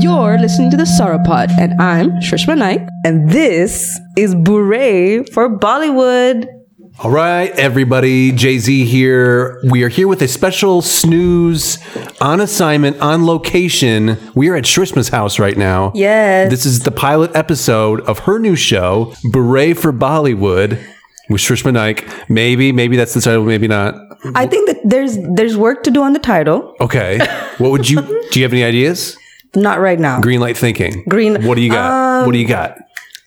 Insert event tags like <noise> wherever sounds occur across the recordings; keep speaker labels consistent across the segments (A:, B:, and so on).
A: You're listening to the Sorrow Pod, and I'm Shrishma Naik.
B: And this is Bure for Bollywood.
C: All right, everybody. Jay Z here. We are here with a special snooze on assignment on location. We are at Shrishma's house right now.
B: Yes.
C: This is the pilot episode of her new show, Beret for Bollywood, with Shrishma Naik. Maybe, maybe that's the title, maybe not.
B: I think that there's there's work to do on the title. <laughs>
C: Okay. What would you do? You have any ideas?
B: Not right now.
C: Green light thinking.
B: Green-
C: What do you got? what do you got?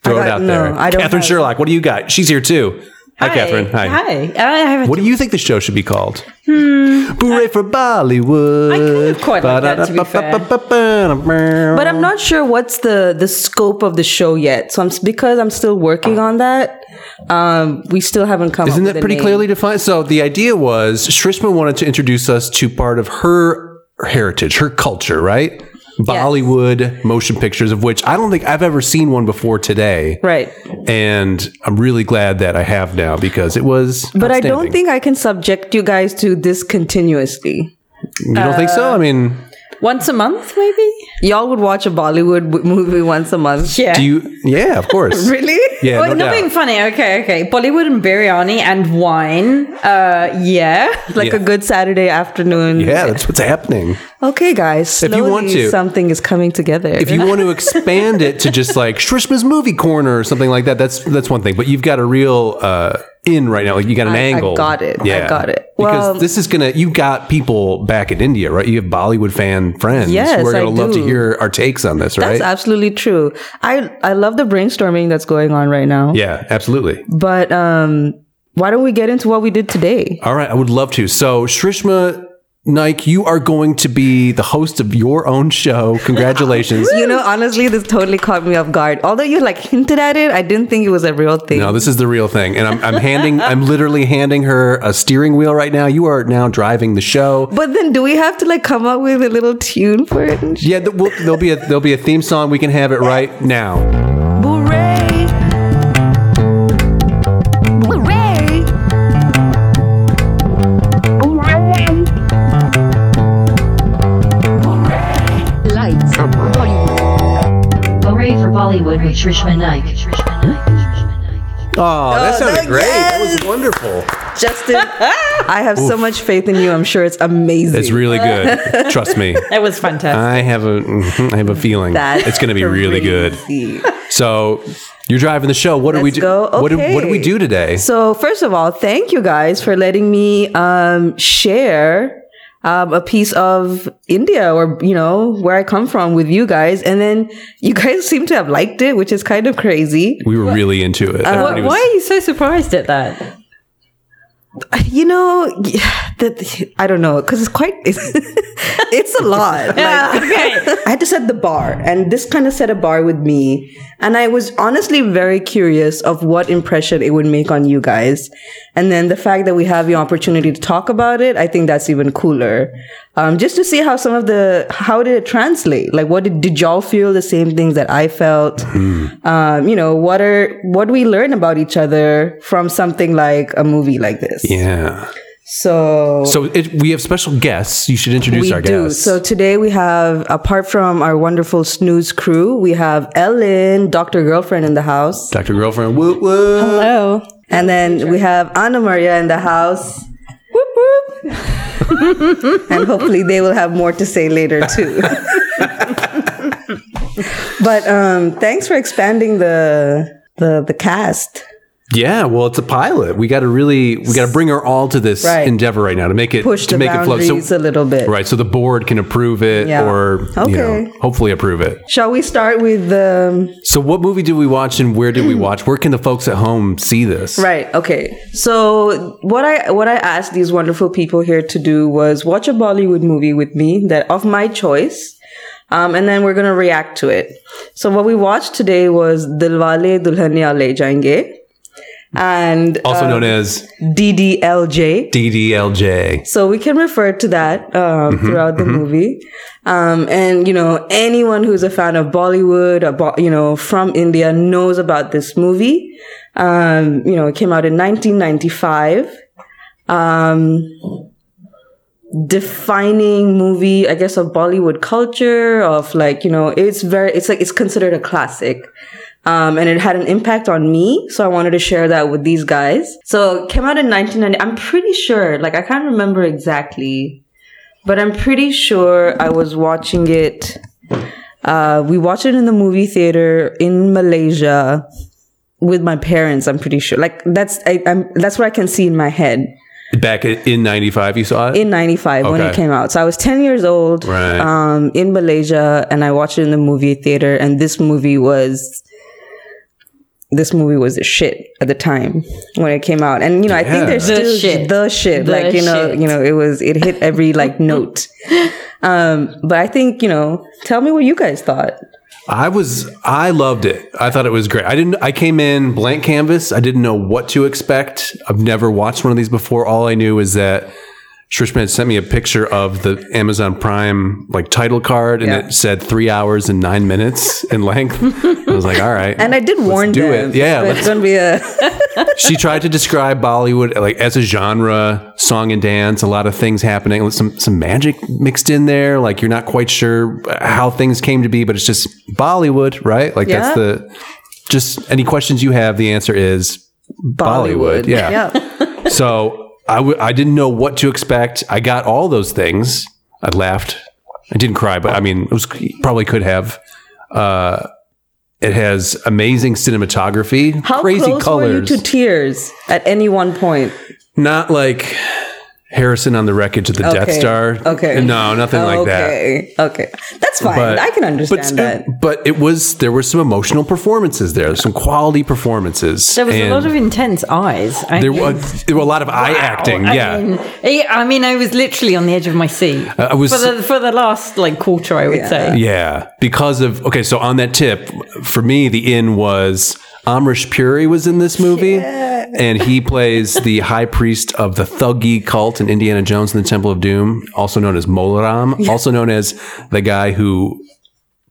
C: Throw
B: got-
C: it out
B: no,
C: there.
B: I don't
C: Catherine
B: have-
C: Sherlock. What do you got? She's here too. Hi, Catherine.
D: Hi. I have
C: What do you think the show should be called? Hmm. Booray for Bollywood.
D: I kind of quite like that, to be fair.
B: But I'm not sure what's the the scope of the show yet. So I'm s- because I'm still working on that. Um, we still haven't come.
C: Isn't
B: up with
C: that
B: a
C: pretty
B: name.
C: clearly defined? So the idea was Shrishma wanted to introduce us to part of her heritage, her culture, right? Bollywood motion pictures, of which I don't think I've ever seen one before today.
B: Right.
C: And I'm really glad that I have now because it was.
B: But I don't
C: outstanding.
B: think I can subject you guys to this continuously.
C: You don't think so? I mean,
D: Once a month, maybe?
B: Y'all would watch a Bollywood w- movie once a month.
D: Yeah.
C: do you? Yeah, of course.
B: Really? Oh,
C: Yeah,
D: Wait,
C: no
D: not
C: doubt.
D: being funny. Okay, okay. Bollywood and biryani and wine. Uh, yeah.
B: <laughs> Like
C: Yeah.
B: a good Saturday afternoon.
C: yeah, that's what's happening.
B: Okay, guys.
C: If
B: Slowly,
C: you want to.
B: something is coming together.
C: if you want
B: <laughs>
C: to expand it to just like Shrishma's movie corner or something like that, that's that's one thing. But you've got a real uh, in right now. Like you got an
B: I
C: angle.
B: got it. I got it.
C: Because
B: Well-
C: this is gonna. You got people back in India, right? You have Bollywood fan friends
B: Yes,
C: who are
B: I
C: gonna love to
B: do.
C: hear our takes on this, right?
B: That's absolutely true. I I love the brainstorming that's going on right now.
C: yeah, absolutely.
B: But um, why don't we get into what we did today?
C: All right, I would love to. So Shrishma. Nike, you are going to be the host of your own show.
B: <laughs>
C: Congratulations.
B: You know, honestly, this totally caught me off guard. Although you like hinted at it, I didn't think it was a real thing.
C: No, this is the real thing. And I'm, I'm handing, I'm literally handing her a steering wheel right now. You are now driving the show.
B: but then, do we have to like come up with a little tune for it? and sh-
C: Yeah, th- we'll, there'll be a there'll be a theme song. We can have it right now.
B: Booray!
E: Hooray!
F: Lights. Bollywood. Beret for Bollywood with Trishma Naik.
C: Oh, that sounded great. That was wonderful. <laughs>
B: Justin, I have so much faith in you. I'm sure it's amazing.
C: It's really good.
B: <laughs>
C: Trust me.
D: That was fantastic.
C: I have a mhm, I have a feeling
B: That's
C: it's going to be really good.
B: crazy.
C: So you're driving the show. What do we
B: Let's
C: do?
B: go.
C: What do what do we
B: Okay.
C: do today?
B: So first of all, thank you guys for letting me um, share um, a piece of India or you know where I come from with you guys, and then you guys <laughs> seem to have liked it, which is kind of crazy.
C: We were really into it.
B: uh,
D: Why,
C: Everybody was-
D: why are you so surprised at that?
B: You know, that I don't know because it's quite it's, <laughs> it's a lot. Like,
D: okay.
B: <laughs> I had to set the bar, and this kind of set a bar with me. And I was honestly very curious of what impression it would make on you guys. And then the fact that we have the opportunity to talk about it, I think that's even cooler. Um, just to see how some of the how did it translate? Like, what did did y'all feel the same things that I felt? Um, you know, what are what do we learn about each other from something like a movie like this?
C: Yeah.
B: So
C: So it, we have special guests. You should introduce
B: we
C: our
B: do.
C: guests.
B: So today we have, apart from our wonderful snooze crew, we have Ellen, Dr. Girlfriend in the house.
C: Dr. Girlfriend. Woo, woo.
A: Hello.
B: And then we have Anna Maria in the house. Whoop, whoop. <laughs> and hopefully they will have more to say later too. <laughs> but um, thanks for expanding the the the cast.
C: Yeah, well, it's a pilot. We got to really we got to bring her all to this
B: Right.
C: endeavor right now to make it
B: Push
C: to
B: the
C: make it flow.
B: boundaries a little bit.
C: right? So the board can approve it
B: Yeah.
C: or you
B: Okay.
C: know, hopefully approve it.
B: Shall we start with um, the
C: So what movie did we watch and where did we watch? Where can the folks at home see this?
B: Right. Okay. So what I what I asked these wonderful people here to do was watch a Bollywood movie with me that of my choice, um, and then we're gonna react to it. So what we watched today was Dilwale Dulhania Le Jayenge and
C: Also
B: uh,
C: known as
B: DDLJ.
C: DDLJ.
B: So we can refer to that um, throughout the movie. Um, and, you know, anyone who's a fan of Bollywood, or, Bo- you know, from India knows about this movie. Um, you know, it came out in 1995. Um, defining movie, I guess, of Bollywood culture, of like, you know, it's very, it's like, it's considered a classic. Um, and it had an impact on me. So I wanted to share that with these guys. So it came out in 1990. I'm pretty sure, like, I can't remember exactly, but I'm pretty sure I was watching it. Uh, we watched it in the movie theater in Malaysia with my parents. I'm pretty sure. Like, that's, I, I'm, that's what I can see in my head
C: Back in- in 95, you saw it?
B: in 95 when it
C: Okay.
B: came out. So I was 10 years old
C: Right.
B: um, in Malaysia and I watched it in the movie theater and this movie was this movie was the shit at the time when it came out. And you know, I think
C: Yeah.
B: there's
D: The
B: still
D: shit.
B: the shit.
D: The
B: like, you know,
D: shit.
B: you know, it was it hit every <laughs> like note. Um, but I think, you know, tell me what you guys thought.
C: I was I loved it. I thought it was great. I didn't I came in blank canvas. I didn't know what to expect. I've never watched one of these before. All I knew is that Trishman had sent me a picture of the Amazon Prime like title card and
B: Yeah.
C: it said three hours and nine minutes in length. I was like, all right.
B: And I did warn
C: do
B: them.
C: it. Yeah,
B: It's
C: let's-
B: gonna be a
C: she tried to describe Bollywood like as a genre, song and dance, a lot of things happening, some some magic mixed in there. Like you're not quite sure how things came to be, but it's just Bollywood, right? Like that's
B: Yeah.
C: the just any questions you have, the answer is Bollywood. Yeah. <laughs> so I w- I didn't know what to expect. I got all those things. I laughed. I didn't cry, but I mean, it was probably could have. Uh, it has amazing cinematography,
B: How
C: <laughs> crazy
B: close
C: colors.
B: were you to tears at any one point?
C: Not like Harrison on the wreckage of the Death
B: Okay.
C: Star.
B: Okay.
C: No, nothing like that.
B: okay. Okay. That's fine. I can understand
C: but,
B: that.
C: But it was there were some emotional performances there, some quality performances.
D: There was
C: And
D: a lot of intense eyes. I
C: there
D: mean,
C: was, there were a lot of eye acting.
D: I
C: yeah. Uh,
D: mean, I I mean, I was literally on the edge of my seat
C: I was-
D: for the for the last like quarter. I would say.
C: yeah. Because of okay, so on that tip, for me the in was Amrish Puri was in this movie. And he plays the high priest of the thuggy cult in Indiana Jones and the Temple of Doom, also known as Molaram, also known as the guy who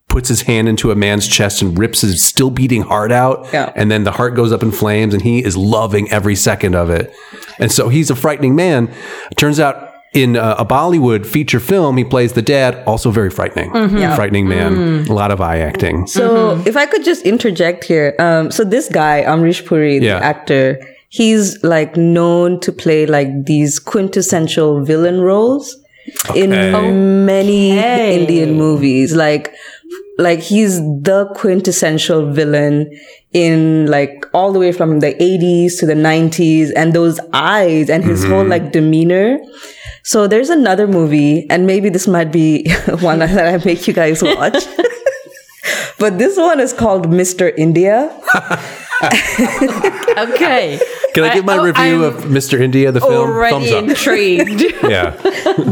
C: puts his hand into a man's chest and rips his still beating heart out.
B: Yeah.
C: And then the heart goes up in flames and he is loving every second of it. And so he's a frightening man. Turns out in uh, a Bollywood feature film, he plays the dad, also very frightening. Frightening man. A lot of eye acting.
B: So
C: Mm-hmm.
B: if I could just interject here, um, so this guy Amrish Puri,
C: Yeah.
B: the actor, he's like known to play like these quintessential villain roles
C: Okay.
B: in many Indian movies. Like, like he's the quintessential villain in like all the way from the 80s to the 90s and those eyes and his whole like demeanor. So there's another movie, and maybe this might be <laughs> one that I make you guys watch. <laughs> But this one is called Mr. India.
D: Okay.
C: Can I give my
D: oh,
C: review
D: I'm
C: of Mr. India, the <laughs> film?
D: Already <laughs>
C: Thumbs <laughs>
D: intrigued.
C: up. yeah.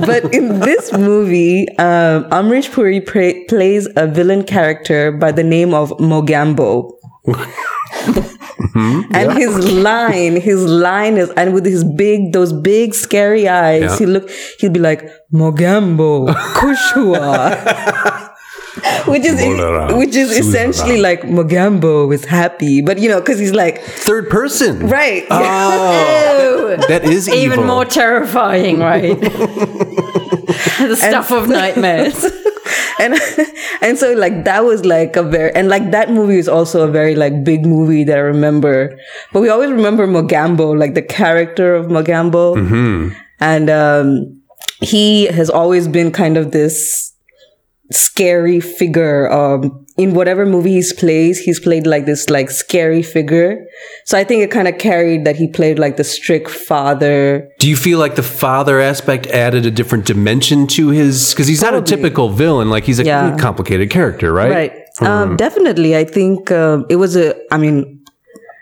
B: But in this movie, um, Amrish Puri pra- plays a villain character by the name of Mogambo. <laughs>
C: Mm-hmm.
B: and his line, his line is, and with his big, those big scary eyes,
C: Yeah.
B: he look, he'd be like, Mogambo,
C: <laughs>
B: Kushua. Which is,
C: Bolara,
B: which is
C: Suzara.
B: essentially like Mogambo is happy, but you know, cause he's like,
C: Third person.
B: right. <laughs>
C: Oh, that is
D: Even
C: evil.
D: more
C: <laughs>
D: terrifying, right? the stuff of nightmares.
B: and <laughs> and so like that was like a very and like that movie is also a very like big movie that I remember. But we always remember Mogambo, like the character of Mogambo, and um, he has always been kind of this scary figure. Um, in whatever movie he's plays, he's played like this like scary figure. So I think it kind of carried that he played like the strict father.
C: Do you feel like the father aspect added a different dimension to his? Because he's not a typical villain. Like he's a
B: Yeah.
C: complicated character, right?
B: Right. Um, definitely. I think um, it was a, I mean,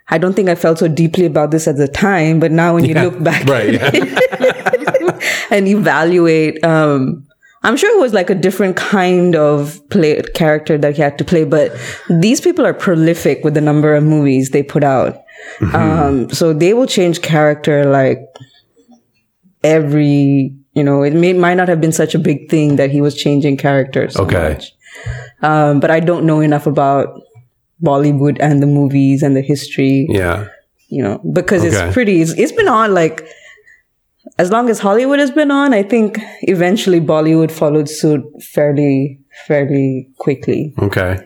B: I don't think I felt so deeply about this at the time, but now when you
C: Yeah.
B: look back <laughs>
C: <laughs> Right. yeah.
B: and evaluate, um, I'm sure it was like a different kind of play character that he had to play, but these people are prolific with the number of movies they put out. Um, so they will change character like every, you know, it may, might not have been such a big thing that he was changing characters. so
C: Okay.
B: much. Um, but I don't know enough about Bollywood and the movies and the history,
C: Yeah.
B: you know, because
C: Okay.
B: it's pretty, it's, it's been on like, as long as Hollywood has been on, I think eventually Bollywood followed suit fairly fairly quickly.
C: Okay.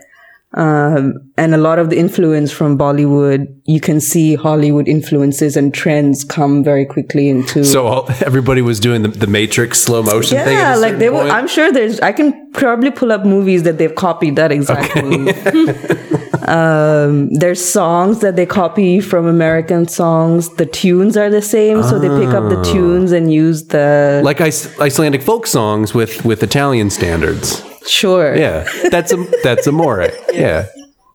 B: Um, and a lot of the influence from Bollywood, you can see Hollywood influences and trends come very quickly into.
C: So all, everybody was doing the, the Matrix slow motion thing.
B: yeah, like they will. I'm sure there's. I can probably pull up movies that they've copied that exact move.
C: <laughs>
B: um, there's songs that they copy from American songs. The tunes are the same, so they pick up
C: Ah.
B: the tunes and use the.
C: like Ice- Icelandic folk songs with with Italian standards.
B: sure.
C: Yeah, that's a that's amore.
B: <laughs>
C: Yeah.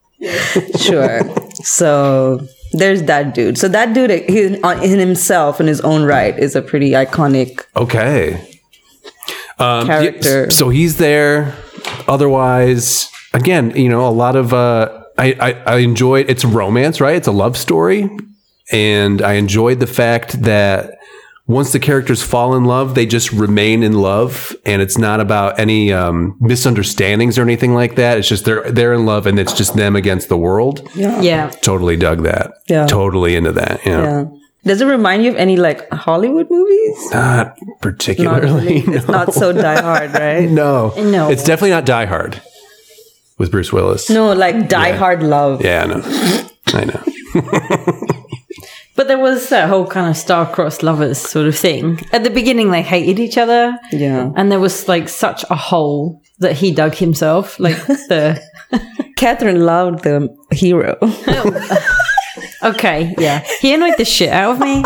C: <laughs>
B: sure. So there's that dude. So that dude he, on, in himself, in his own right, is a pretty iconic
C: Okay. Um, yeah,
B: Character.
C: so he's there. Otherwise, again, you know, a lot of uh, I, I I enjoyed. It's romance, right? It's a love story, and I enjoyed the fact that once the characters fall in love, they just remain in love, and it's not about any um, misunderstandings or anything like that. It's just they're they're in love, and it's just them against the world. Yeah.
D: Yeah.
C: Totally dug that.
B: Yeah.
C: Totally into that. Yeah.
B: Yeah. Does it remind you of any like Hollywood movies?
C: Not particularly.
B: It's
C: <laughs> no.
B: not so die hard, right?
C: No.
D: No.
C: It's definitely not Die Hard with Bruce Willis.
B: No, like die hard love.
C: Yeah, I know. I know.
D: But there was that whole kind of star-crossed lovers sort of thing. At the beginning, they hated each other.
B: Yeah.
D: And there was like such a hole that he dug himself. Like the.
B: Catherine loved the hero.
D: Okay, yeah. He annoyed the shit out of me.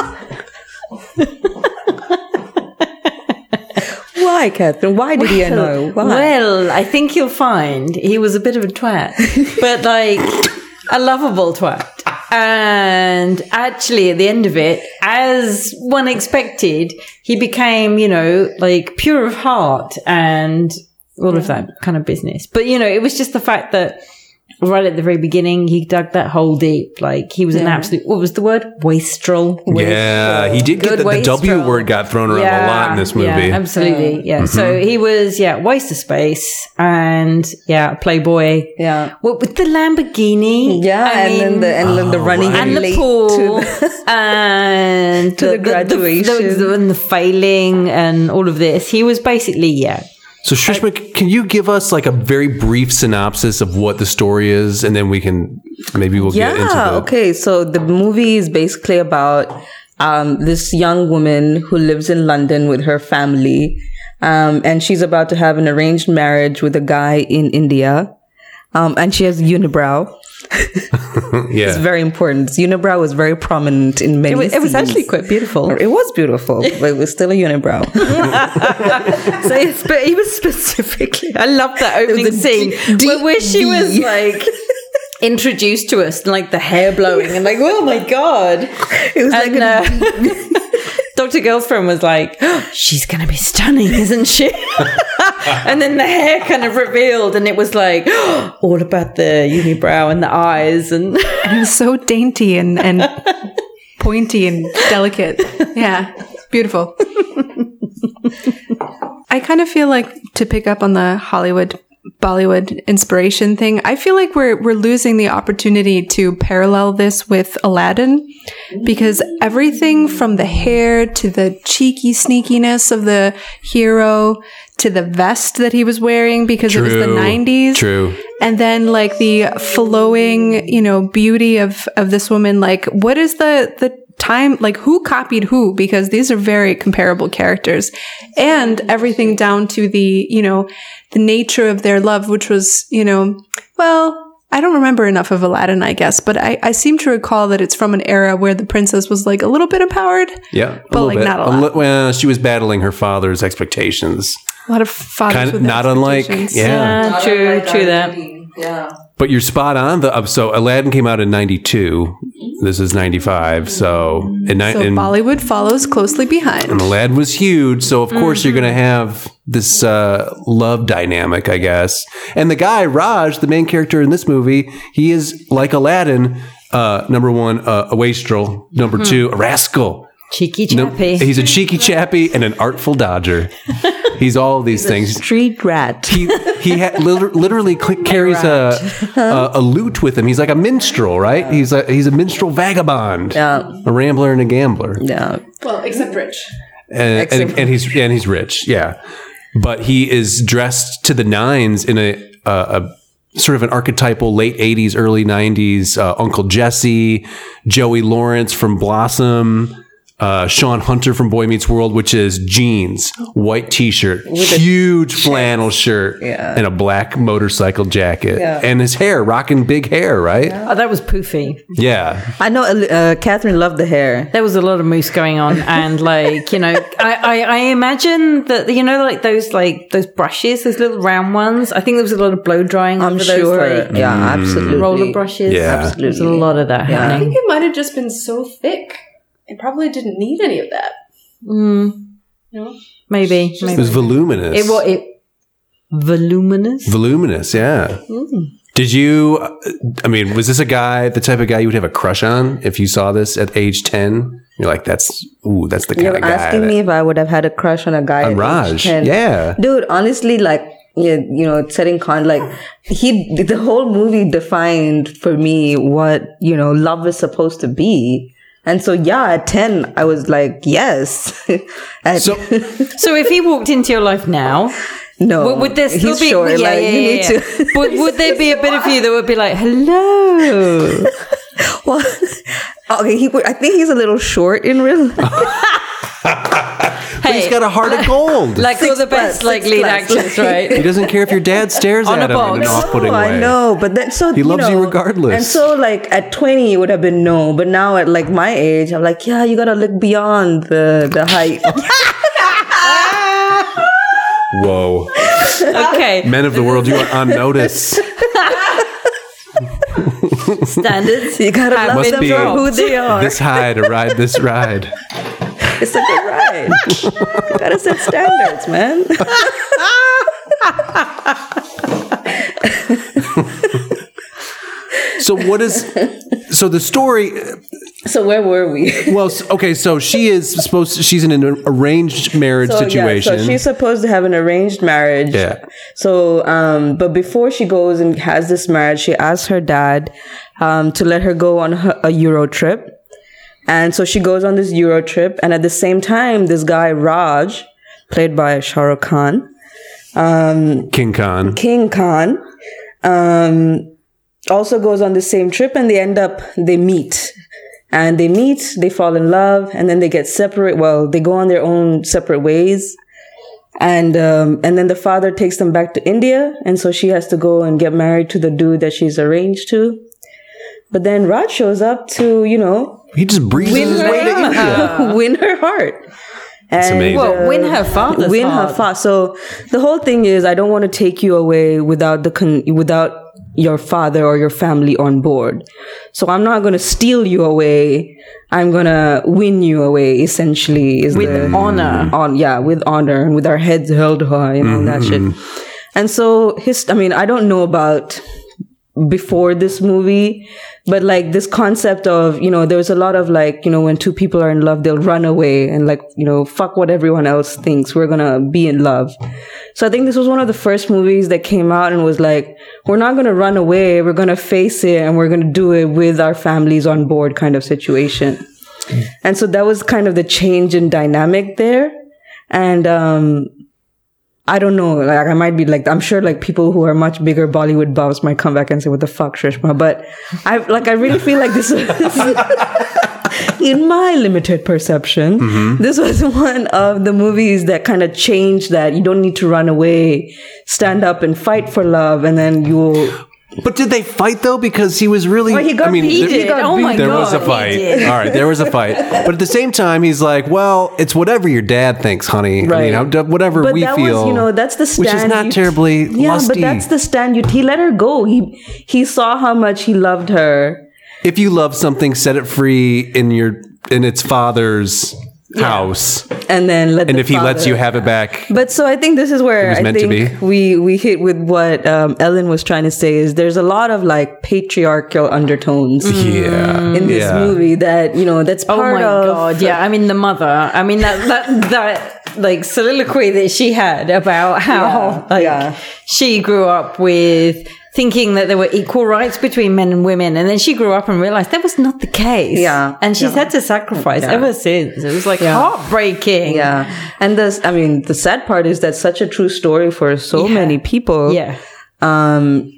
B: Why, Catherine? Why did he
D: <laughs>
B: annoy? Why?
D: Well, I think you'll find he was a bit of a twat, but like a lovable twat. And actually, at the end of it, as one expected, he became, you know, like pure of heart and all of that kind of business. But, you know, it was just the fact that right at the very beginning, he dug that hole deep. Like he was an absolute, what was the word? Wastrel.
C: Yeah, he did get
D: Good
C: the, the
D: wastrel.
C: W word got thrown around a lot in this movie. Mm-hmm.
D: Yeah, absolutely. Yeah. So he was, yeah, waste of space and yeah, playboy.
B: Yeah.
D: What with the Lamborghini.
B: yeah,
D: I
B: and then
D: mean,
B: the and then the running
C: right.
D: and the
B: late
D: pool
B: to the-
D: <laughs> and
B: to the graduation.
D: the, the- and the failing and all of this. He was basically yeah.
C: So Shrishma, c- can you give us like a very brief synopsis of what the story is, and then we can maybe
B: <laughs>
C: we'll get into
B: Yeah.
C: the
B: Okay. So the movie is basically about um, this young woman who lives in London with her family, um, and she's about to have an arranged marriage with a guy in India, um, and she has unibrow.
C: yeah.
B: It's very important. Unibrow was very prominent in many.
D: It was, it was
B: scenes.
D: actually quite beautiful.
B: It was beautiful, but it was still a unibrow. <laughs>
D: So it's, but even specifically, I love that opening
B: was a
D: scene
B: deep
D: where, where she was
B: V.
D: <laughs> like introduced to us, like the hair blowing, and like, oh my god,
B: It was like
D: and uh, <laughs> Dr. Girlfriend was like, "Oh, she's going to be stunning, isn't she? <laughs> and then the hair kind of revealed, and it was like, "Oh, all about the unibrow and the eyes. And <laughs>
E: <laughs> It was so dainty and, and pointy and delicate. Yeah, beautiful. <laughs> I kind of feel like to pick up on the Hollywood Bollywood inspiration thing, I feel like we're we're losing the opportunity to parallel this with Aladdin because everything from the hair to the cheeky sneakiness of the hero to the vest that he was wearing because it was the
C: True.
E: 90s
C: True.
E: and then like the flowing you know beauty of of this woman like what is the the time like who copied who because these are very comparable characters and everything down to the you know the nature of their love which was you know well I don't remember enough of Aladdin, I guess, but I, I seem to recall that it's from an era where the princess was like a little bit empowered.
C: Yeah,
E: But,
C: little
E: like, not a
C: li-
E: lot.
C: well, she was battling her father's expectations,
E: A lot of fathers
C: kind of
E: with
C: not unlike.
E: expectations.
C: yeah,
D: true, true that.
C: But you're spot on. The uh, so Aladdin came out in '92. This is '95. So in, ni-
E: So
C: in
E: Bollywood follows closely behind.
C: Aladdin was huge. So of course you're going to have this uh, love dynamic, I guess. And the guy Raj, the main character in this movie, he is like Aladdin. Uh, number one, uh, a wastrel. Number two, a rascal.
D: Cheeky
C: Num-
D: chappy.
C: he's a cheeky chappy and an artful dodger. he's all these things
B: street rat.
C: he he ha- liter- literally cl- carries a, a a lute with him. He's like a minstrel, right? He's a he's a minstrel vagabond,
B: Yeah.
C: a rambler and a gambler.
B: Yeah.
E: Well, except Rich.
C: and, and,
B: Excellent.
C: and he's and he's rich, yeah. But he is dressed to the nines in a a, a sort of an archetypal late '80s, early '90s uh, Uncle Jesse, Joey Lawrence from Blossom. Uh, Sean Hunter from Boy Meets World, which is jeans, white T-shirt, huge flannel shirt, and a black motorcycle jacket, and his hair, rocking big hair, right?
D: Oh, that was poofy.
C: yeah.
B: I know uh, Catherine loved the hair.
D: There was a lot of moose
B: <laughs>
D: going on, and like you know, I, I, I imagine that you know, like those like those brushes, those little round ones. I think there was a lot of blow drying.
B: I'm
D: over
B: sure.
D: Those, like, Mm.
B: yeah, absolutely.
D: roller brushes.
C: Yeah.
D: there's a lot of that
E: I think
D: happening.
E: it might have just been so thick. It probably didn't need any of that.
D: Maybe,
C: It
D: maybe
C: was voluminous.
D: it was it voluminous.
C: voluminous. Yeah.
B: Mm.
C: Did you? I mean, was this a guy, the type of guy you would have a crush on if you saw this at age ten? You're like, that's ooh, that's the kind
B: You're
C: of guy.
B: asking
C: that-
B: me if I would have had a crush on a guy. at
C: On
B: age
C: Raj,
B: 10.
C: yeah.
B: Dude, honestly, like, yeah, you know, setting con, like, he, the whole movie defined for me what, you know, love is supposed to be. And so, yeah, at 10, I was like, yes. <laughs> and
C: So
D: <laughs> So if he walked into your life now,
B: no,
D: would, would there still
B: Oh, he's
D: be?
B: short. like, you need
D: yeah.
B: to. <laughs>
D: would, would there be a bit of you that would be like, "Hello"?
B: Well, <laughs> okay, he, would- I think he's a little short in real life.
D: Hey,
C: he's got a heart of
B: <laughs>
C: gold.
D: like all the best
B: plus,
D: like
B: six
D: lead
B: plus.
D: actors,
C: he
D: right?
C: doesn't care if your
B: <laughs>
C: dad stares
D: On a
C: at him in an
D: box.
C: off-putting
B: No,
C: way.
B: <laughs> I know, but then so
C: He loves you
B: know,
C: regardless.
B: And so, like at twenty, it would have been no, but now at like my age, I'm like, yeah, you gotta look beyond the the
C: <laughs>
B: height. <laughs>
C: Whoa,
D: Okay,
C: men of the world, you are
B: <laughs>
C: on notice.
D: standards.
B: you gotta
D: Have
B: love
C: been
B: them for
C: dropped.
B: who they are.
C: this high to ride this ride.
B: it's such a ride. you gotta set standards,
C: <laughs>
B: man.
C: So what is? So the story
B: so where were
C: <laughs>
B: we?
C: Well, s- okay, so she is supposed to, she's in an arranged marriage
B: So, yeah,
C: situation.
B: so she's supposed to have an arranged marriage.
C: Yeah.
B: So, um, but before she goes and has this marriage, she asks her dad um, to let her go on her, a Euro trip. And so she goes on this Euro trip. And at the same time, this guy, Raj, played by Shah Rukh Khan,
C: King Khan.
B: King Khan, um, also goes on the same trip and they end up, they meet. And they meet, they fall in love, and then they get separate. Well, they go on their own separate ways. And, um, and then the father takes them back to India. And so she has to go and get married to the dude that she's arranged to. But then Raj shows up to, you know,
C: He just breezes his way to India.
B: <laughs> win her heart.
C: It's amazing.
D: Well, win her father's
B: win
D: heart.
B: her fast. So the whole thing is, I don't want to take you away without the con- without your father or your family on board. So I'm not going to steal you away. I'm going to win you away. Essentially, is
D: with
B: the
D: honor.
B: on yeah with honor and with our heads held high and all that shit. And so his, I mean, I don't know about before this movie, but like this concept of, you know, there was a lot of like, you know, when two people are in love, they'll run away and like, you know, fuck what everyone else thinks. We're gonna be in love. So I think this was one of the first movies that came out and was like, we're not gonna run away. We're gonna face it and we're gonna do it with our families on board kind of situation. And so that was kind of the change in dynamic there. And, um, I don't know. Like I might be like I'm sure like people who are much bigger Bollywood buffs might come back and say, "What the fuck, Shrishma?" But I like I really feel like this was- <laughs> in my limited perception,
C: Mm-hmm.
B: this was one of the movies that kind of changed that. You don't need to run away, stand up and fight for love, and then you'll.
C: But did they fight though? Because he was really.
B: he got
C: I mean,
B: beat.
C: there,
B: He got
D: Oh my beat.
C: there
D: God,
C: was a
D: he
C: fight.
D: did.
C: All right, there was a fight. But at the same time, he's like, "Well, it's whatever your dad thinks, honey. I mean,
B: Right.
C: I'm- whatever
B: But
C: we
B: that
C: feel."
B: was, you know, that's the stand.
C: which is not
B: you-
C: terribly
B: Yeah, but
C: lusty.
B: that's the stand. You he let her go. He he saw how much he loved her.
C: if you love something, set it free in your in its father's house,
B: And then let
C: and
B: the
C: if he lets
B: father-
C: you have it back,
B: But so I think this is where
C: was
B: I
C: meant to
B: think
C: be.
B: we we hit with what um, Ellen was trying to say is there's a lot of like patriarchal undertones
C: yeah,
B: Mm. in this
C: Mm-hmm. yeah.
B: movie that you know that's
D: Oh
B: part
D: my
B: of
D: god! Yeah, I mean the mother. I mean that that that like soliloquy that she had about how like
B: yeah.
D: she grew up with thinking that there were equal rights between men and women. And then she grew up and realized that was not the case.
B: Yeah.
D: And she's had to sacrifice ever since. It was like heartbreaking.
B: Yeah. And this, I mean, the sad part is that's such a true story for so many people.
D: Yeah.
B: Um,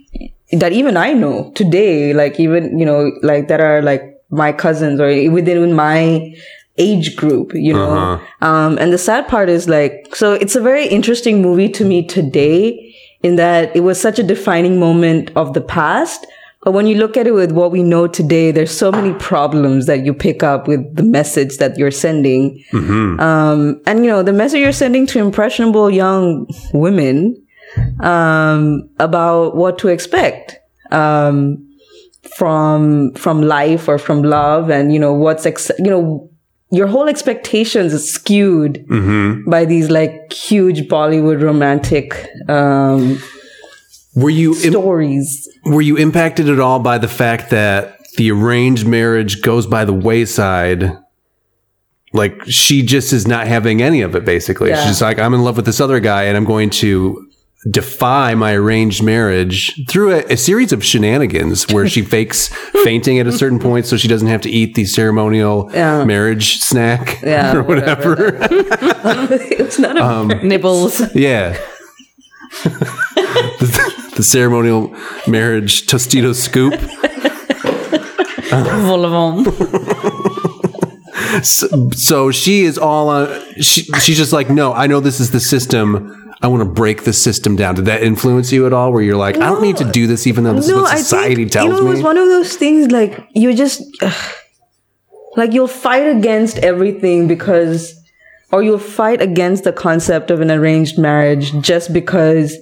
B: that even I know today, like even, you know, like that are like my cousins or within my age group, you know? Um, and the sad part is like, so it's a very interesting movie to me today in that it was such a defining moment of the past. But when you look at it with what we know today, there's so many problems that you pick up with the message that you're sending. Um, and you know, the message you're sending to impressionable young women, um, about what to expect. Um, from from life or from love and you know what's ex- you know your whole expectations is skewed by these like huge Bollywood romantic um,
C: Were you im-
B: stories.
C: were you impacted at all by the fact that the arranged marriage goes by the wayside? Like she just is not having any of it. Basically, she's just like, I'm in love with this other guy, and I'm going to defy my arranged marriage through a, a series of shenanigans where she fakes fainting at a certain point so she doesn't have to eat the ceremonial marriage snack <laughs> or whatever.
B: it's not a
D: Nibbles. <laughs>
C: Yeah. <laughs> the, the ceremonial marriage Tostito scoop.
D: Vol au vent.
C: So, so she is all on. She, she's just like, no, I know this is the system. I want to break the system down. Did that influence you at all? Where you're like, I don't need to do this, even though this is what society tells
B: you know,
C: me.
B: it was one of those things like you just ugh, like you'll fight against everything because or you'll fight against the concept of an arranged marriage just because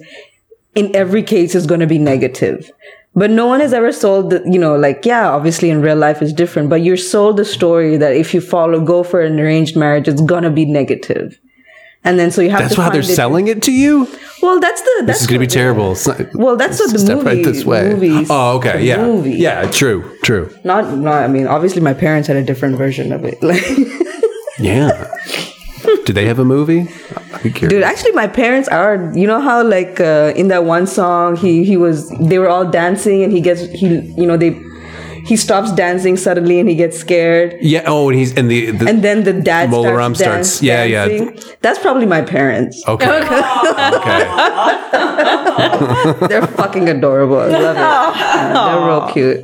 B: in every case it's going to be negative. But no one has ever sold the, you know, like, yeah, obviously in real life it's different, but you're sold the story that if you follow, go for an arranged marriage, it's going to be negative. And then so you have
C: That's
B: to
C: why they're
B: find it-
C: selling it to you.
B: Well, that's the, that's
C: This is going to
B: what-
C: be terrible. It's not-
B: Well, that's what the
C: step
B: movie,
C: right this way.
B: movies-
C: oh, okay,
B: the
C: yeah,
B: movie.
C: yeah, true, true,
B: Not, not. I mean, obviously, my parents had a different version of it. <laughs> Like, <laughs>
C: yeah. Do they have a movie? I'm curious.
B: dude, actually, my parents are. You know how, like, uh, in that one song, he he was. They were all dancing, and he gets he. You know, they. He stops dancing suddenly, and he gets scared.
C: yeah. Oh, and he's and the, the
B: And then the dad
C: Molaram
B: starts, dance-
C: starts- yeah, yeah.
B: dancing. That's probably my parents. <laughs>
C: okay. okay. Oh. <laughs>
B: They're fucking adorable. I love it. Yeah, they're real cute.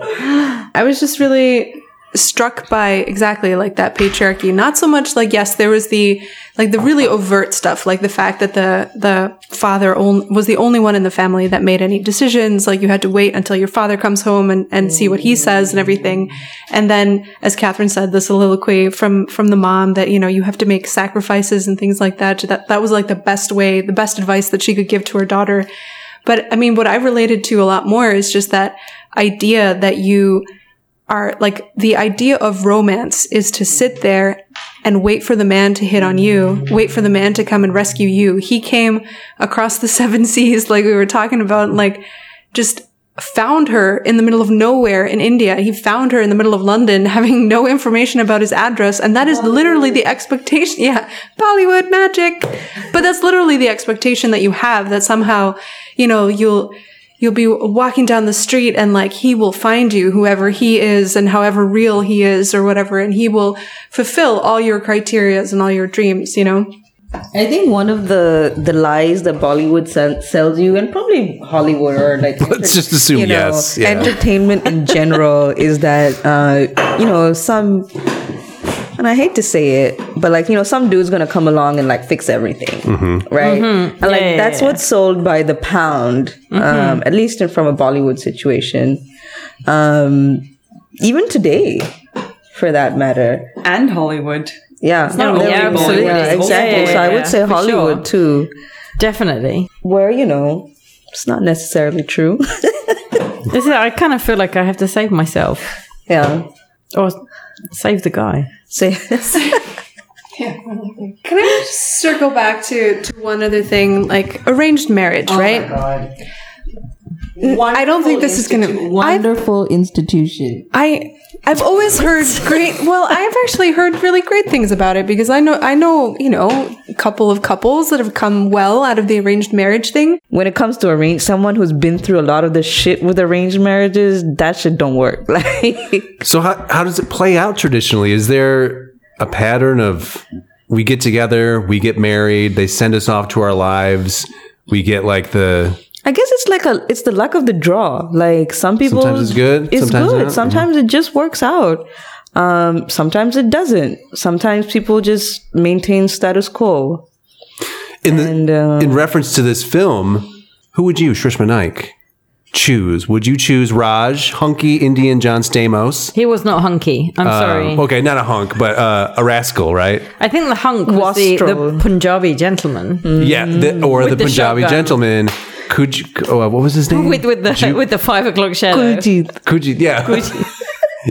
E: I was just really struck by exactly like that patriarchy. Not so much like yes, there was the like the really overt stuff, like the fact that the the father on, was the only one in the family that made any decisions. Like you had to wait until your father comes home and and see what he says and everything. And then, as Catherine said, the soliloquy from from the mom that you know you have to make sacrifices and things like that. That that was like the best way, the best advice that she could give to her daughter. But I mean, what I related to a lot more is just that idea that you are like the idea of romance is to sit there and wait for the man to hit on you, wait for the man to come and rescue you. He came across the seven <laughs> seas, like we were talking about, and like just found her in the middle of nowhere in India. He found her in the middle of London, <laughs> having no information about his address. And that is literally the expectation. <laughs> Yeah. Bollywood magic. But that's literally the expectation that you have that somehow, you know, you'll, you'll be walking down the street and like he will find you whoever he is and however real he is or whatever and he will fulfill all your criterias and all your dreams you know
B: I think one of the the lies that Bollywood sell, sells you, and probably Hollywood or
C: <laughs>
B: like
C: Let's just assume
B: you know,
C: yes. Yeah.
B: entertainment in general is that uh, you know some and I hate to say it, but like you know, some dude's gonna come along and like fix everything,
C: Mm-hmm.
B: right? And like
D: Mm-hmm. Yeah, yeah,
B: that's
D: yeah. Mm-hmm.
B: what's sold by the pound, um, at least in, from a Bollywood situation, um, even today, for that matter.
D: And Hollywood.
B: Yeah,
D: not
B: there
D: only
B: we go.
D: Bollywood,
B: yeah,
D: it's
B: exactly.
D: also-
B: so I
D: Yeah, yeah,
B: would say
D: yeah, for
B: Hollywood too,
D: Definitely.
B: where you know it's not necessarily true. <laughs>
D: This is, I kind of feel like I have to save myself
B: yeah,
D: or save the guy.
B: say. <laughs>
E: can i just circle back to, to one other thing like arranged marriage right i don't think this is gonna I've-
G: Wonderful institution.
E: I I've always heard great well I've actually heard really great things about it because I know I know you know couple of couples that have come well out of the arranged marriage thing.
B: When it comes to arrange someone who's been through a lot of the shit with arranged marriages, that shit don't work. <laughs> Like
C: So how how does it play out traditionally? Is there a pattern of we get together, we get married, they send us off to our lives, we get like the
B: I guess it's like a it's the luck of the draw. Like some people
C: Sometimes it's good,
B: It's
C: sometimes
B: good.
C: not.
B: Sometimes it just works out. Um, sometimes it doesn't. Sometimes people just maintain status quo.
C: in the
B: And
D: uh,
B: um,
C: in reference to this film, who would you, Shrishma Naik, choose? Would you choose Raj, hunky Indian John Stamos?
D: He was not hunky. I'm sorry.
C: Um, okay, not a hunk, but uh, a rascal, right?
D: I think the hunk was the, the
B: Wastrel.
D: Punjabi gentleman
C: Yeah, the, or the,
D: Mm-hmm. the
C: Punjabi
D: shotgun.
C: gentleman. Could you, oh, uh, what was
D: <laughs>
C: his name?
D: <laughs> with with the
C: Ju-
D: with the five o'clock shadow.
B: Kuljit.
C: Could you? Yeah,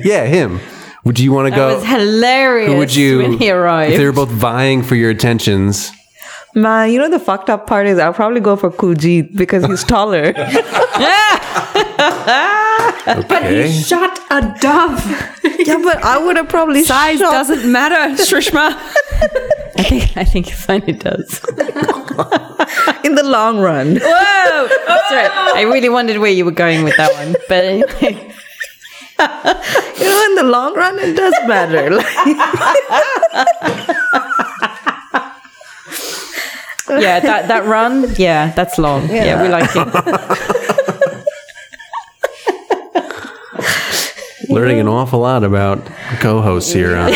C: <laughs> yeah, him. Would you want to
D: That
C: go?
D: was hilarious.
C: Who would you?
D: when he arrived?
C: If they were both vying for your attentions.
B: Man, you know the fucked up part is I'll probably go for Kuljit because he's
C: <laughs>
B: taller.
C: Okay.
E: Shot a dove.
B: yeah, but I would have probably
E: Size
B: shot-
E: doesn't
D: <laughs>
E: matter, Shrishma.
D: I think I think it's fine. It does.
B: in the long run.
D: <laughs> Whoa! Sorry, I really wondered where you were going with that one, but <laughs> anyway.
B: You know, in the long run, it does matter. <laughs> Like,
D: yeah, that that run, yeah, that's long. Yeah, we like it.
C: Learning an awful lot about co-hosts here uh,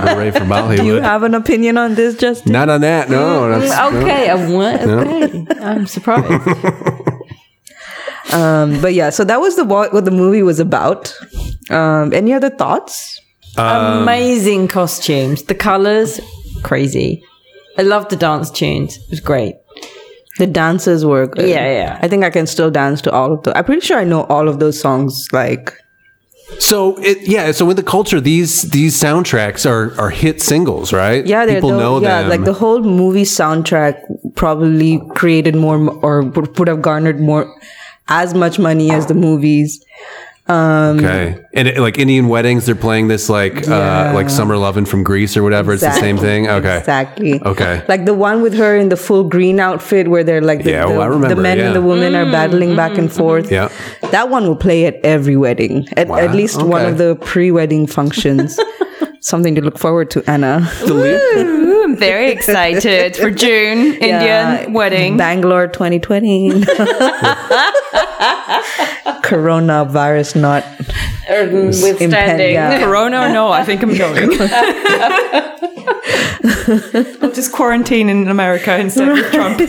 C: on
B: <laughs>
C: Hooray for
B: you
C: Bollywood.
B: have Mm, an opinion on this, Justin?
C: Not on that. No. that's- no.
D: Mm, Okay, I want, okay, I'm surprised.
C: <laughs>
B: Um, but yeah, so that was the what, what the movie was about. Um, any other thoughts?
C: Um,
D: Amazing costumes, the colors, crazy. I love the dance tunes. It was great.
B: The dances were good.
D: Yeah, yeah.
B: I think I can still dance to all of those. I'm pretty sure I know all of those songs. Like,
C: So it, yeah. So in the culture, these these soundtracks are are hit singles, right?
B: yeah, they're
C: people
B: tho-
C: know
B: yeah,
C: them.
B: like the whole movie soundtrack probably created more m- or would would have garnered more as much money as the movies.
C: Okay. And it, like Indian weddings, they're playing this like uh, like summer lovin' from Greece or whatever. It's the same thing. Okay.
B: Exactly.
C: Okay.
B: Like the one with her in the full green outfit where they're like the,
C: Yeah, oh,
B: the-
C: I remember,
B: the men
C: yeah.
B: and the women are battling back and forth.
C: Yeah.
B: That one will play at every wedding, at, at
C: Wow,
B: least one
C: okay.
B: of the pre wedding
C: <laughs>
B: functions. Something to look forward to, Anna.
D: Ooh, I'm very
B: <laughs>
D: excited for June
B: Yeah.
D: Indian wedding.
B: Bangalore
D: <laughs>
B: 2020. Coronavirus not.
D: Withstanding
B: Impend- yeah.
D: Corona or no, I think I'm
B: <laughs>
D: going.
H: Just quarantine in America instead of Trump.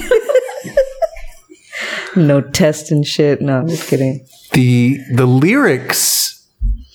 B: No test and shit. No, I'm just kidding.
C: the the lyrics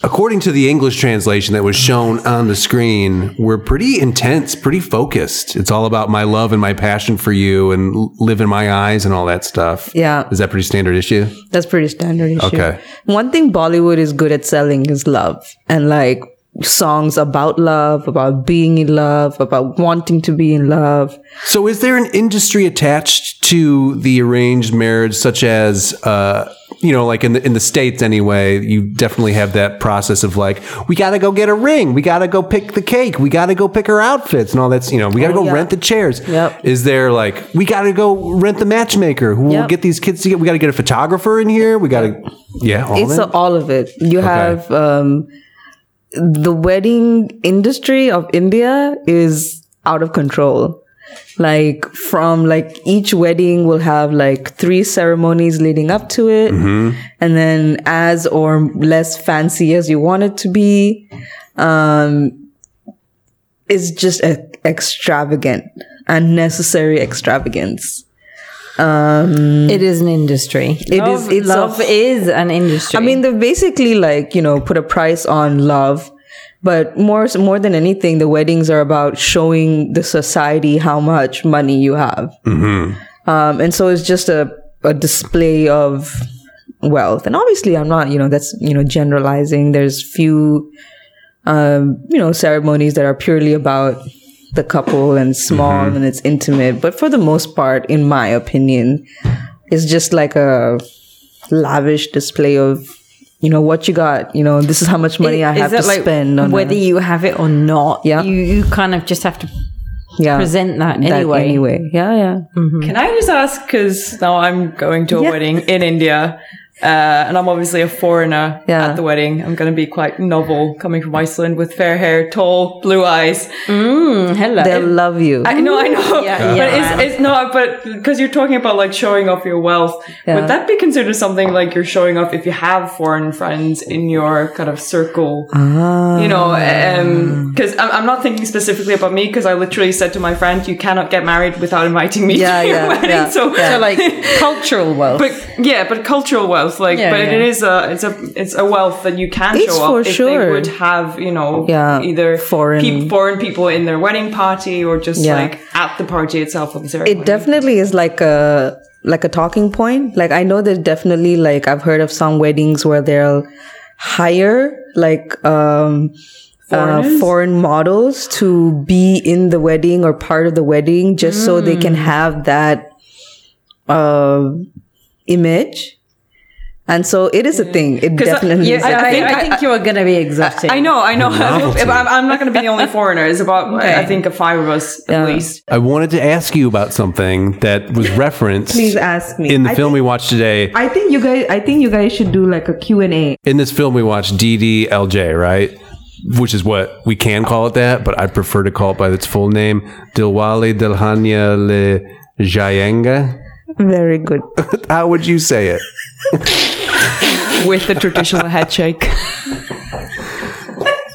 C: according to the english translation that was shown on the screen were pretty intense pretty focused it's all about my love and my passion for you and l- live in my eyes and all that stuff
B: Yeah.
C: is that pretty standard issue
B: That's pretty standard issue.
C: Okay.
B: One thing Bollywood is good at selling is love and like songs about love, about being in love, about wanting to be in love.
C: so is there an industry attached to the arranged marriage such as uh you know, like in the in the states, anyway, you definitely have that process of like, we gotta go get a ring, we gotta go pick the cake, we gotta go pick her outfits, and all that's you know, we gotta go rent the chairs.
B: Oh, Yep.
C: Is there like we got to go rent the matchmaker who will
B: Yep.
C: get these kids together? We got to get a photographer in here. We got to yeah, all
B: it's
C: that.
B: all of it. You have um, the wedding industry of India is out of control. Like from like each wedding will have like three ceremonies leading up to it, and then as or less fancy as you want it to be. Um, it's just e- extravagant, unnecessary extravagance.
D: It is an industry. It is.
B: Love-
D: love
B: love
D: is an industry.
B: I mean, they basically like you know put a price on love, but more more than anything, the weddings are about showing the society how much money you have, um, and so it's just a a display of wealth. And obviously, I'm not you know that's you know generalizing. There's few um, you know ceremonies that are purely about the couple and small and it's intimate, but for the most part, in my opinion, it's just like a lavish display of you know what you got you know this is how much money i
D: Is
B: have
D: that
B: to spend on
D: whether
B: a-
D: you have it or not
B: Yeah.
D: you, you kind of just have to
B: yeah.
D: present that
B: That
D: anyway.
B: anyway. Yeah, yeah.
H: Can I just ask? Because now I'm going to a wedding in India, uh, and I'm obviously a foreigner
B: Yeah.
H: at the wedding. I'm going to be quite novel coming from Iceland with fair hair, tall, blue eyes.
D: Hello.
B: They love you.
D: <laughs>
H: I know, I know,
D: Yeah,
H: <laughs> but
D: yeah.
H: it's it's not. But because you're talking about like showing off your wealth,
B: Yeah.
H: would that be considered something like you're showing off if you have foreign friends in your kind of circle? You
B: Ah.
H: know, because I'm, I'm not thinking specifically about me because I literally said to my friend, "You cannot get married without inviting me
B: Yeah,
H: to your
B: yeah,
H: <laughs> wedding."
B: yeah,
H: so,
B: yeah.
D: so
B: <laughs>
D: like cultural wealth.
H: but yeah, but cultural wealth, like,
D: Yeah,
H: but it
D: yeah.
H: is a, it's a, it's a wealth that you can
B: It's
H: show
B: for
H: up if
B: sure.
H: they would have, you know,
B: Yeah,
H: either
B: foreign-
H: peop- foreign people in their wedding party or just
B: Yeah.
H: like at the party itself of the ceremony.
B: it definitely is like a like a talking point like i know there's definitely like i've heard of some weddings where they'll hire like um uh, foreign models to be in the wedding or part of the wedding just so they
H: Hmm.
B: can have that uh, image and so it is a thing it
H: 'Cause I-
B: definitely
H: yeah,
B: is a
H: I
D: I,
H: think
D: think,
H: I-
D: I think you are going to be exotic.
H: I know, I know.
C: Novelty.
H: I'm, <laughs> I'm not going to be the only foreigner. It's about, I think, five of us at least.
C: I wanted to ask you about something that was referenced.
B: Please ask me.
C: In the
B: I
C: film we watched today,
B: I think you guys i think you guys should do like a q&a
C: in this film we watched DDLJ, right? Which is what we can call it that, but I prefer to call it by its full name, Dilwali Dilhania Le Jayenga.
B: very good
C: How would you say it?
H: With the traditional
D: <laughs>
H: handshake.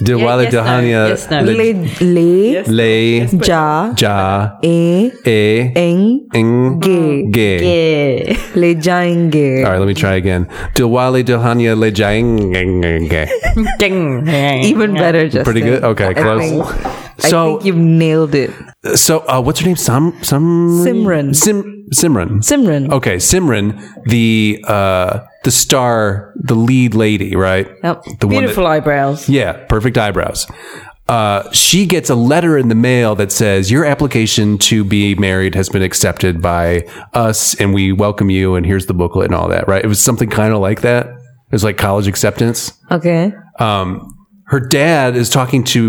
C: Dilwali
D: yes, no.
C: Dilhania
D: Yes, no.
C: Le,
B: le, le
C: le
B: ja
C: Ja
B: e
C: E
B: eng
C: Eng Ge.
B: le jaenge
C: All right, let me try again. Dilwali Dilhania Le Jayenga.
B: Even better, Justin.
C: Pretty good? Okay, close.
B: I
C: So,
B: think you've nailed it.
C: so uh, what's her name? Sam, Sam,
B: Simran.
C: Sim, Simran.
B: Simran.
C: Okay, Simran, the uh, the star, the lead lady, right?
B: Yep.
C: The one that-
D: Beautiful eyebrows.
C: yeah, perfect eyebrows. Uh, she gets a letter in the mail that says your application to be married has been accepted by us, and we welcome you. And here's the booklet and all that, right? It was something kind of like that. It was like college acceptance
B: Okay.
C: her dad is talking to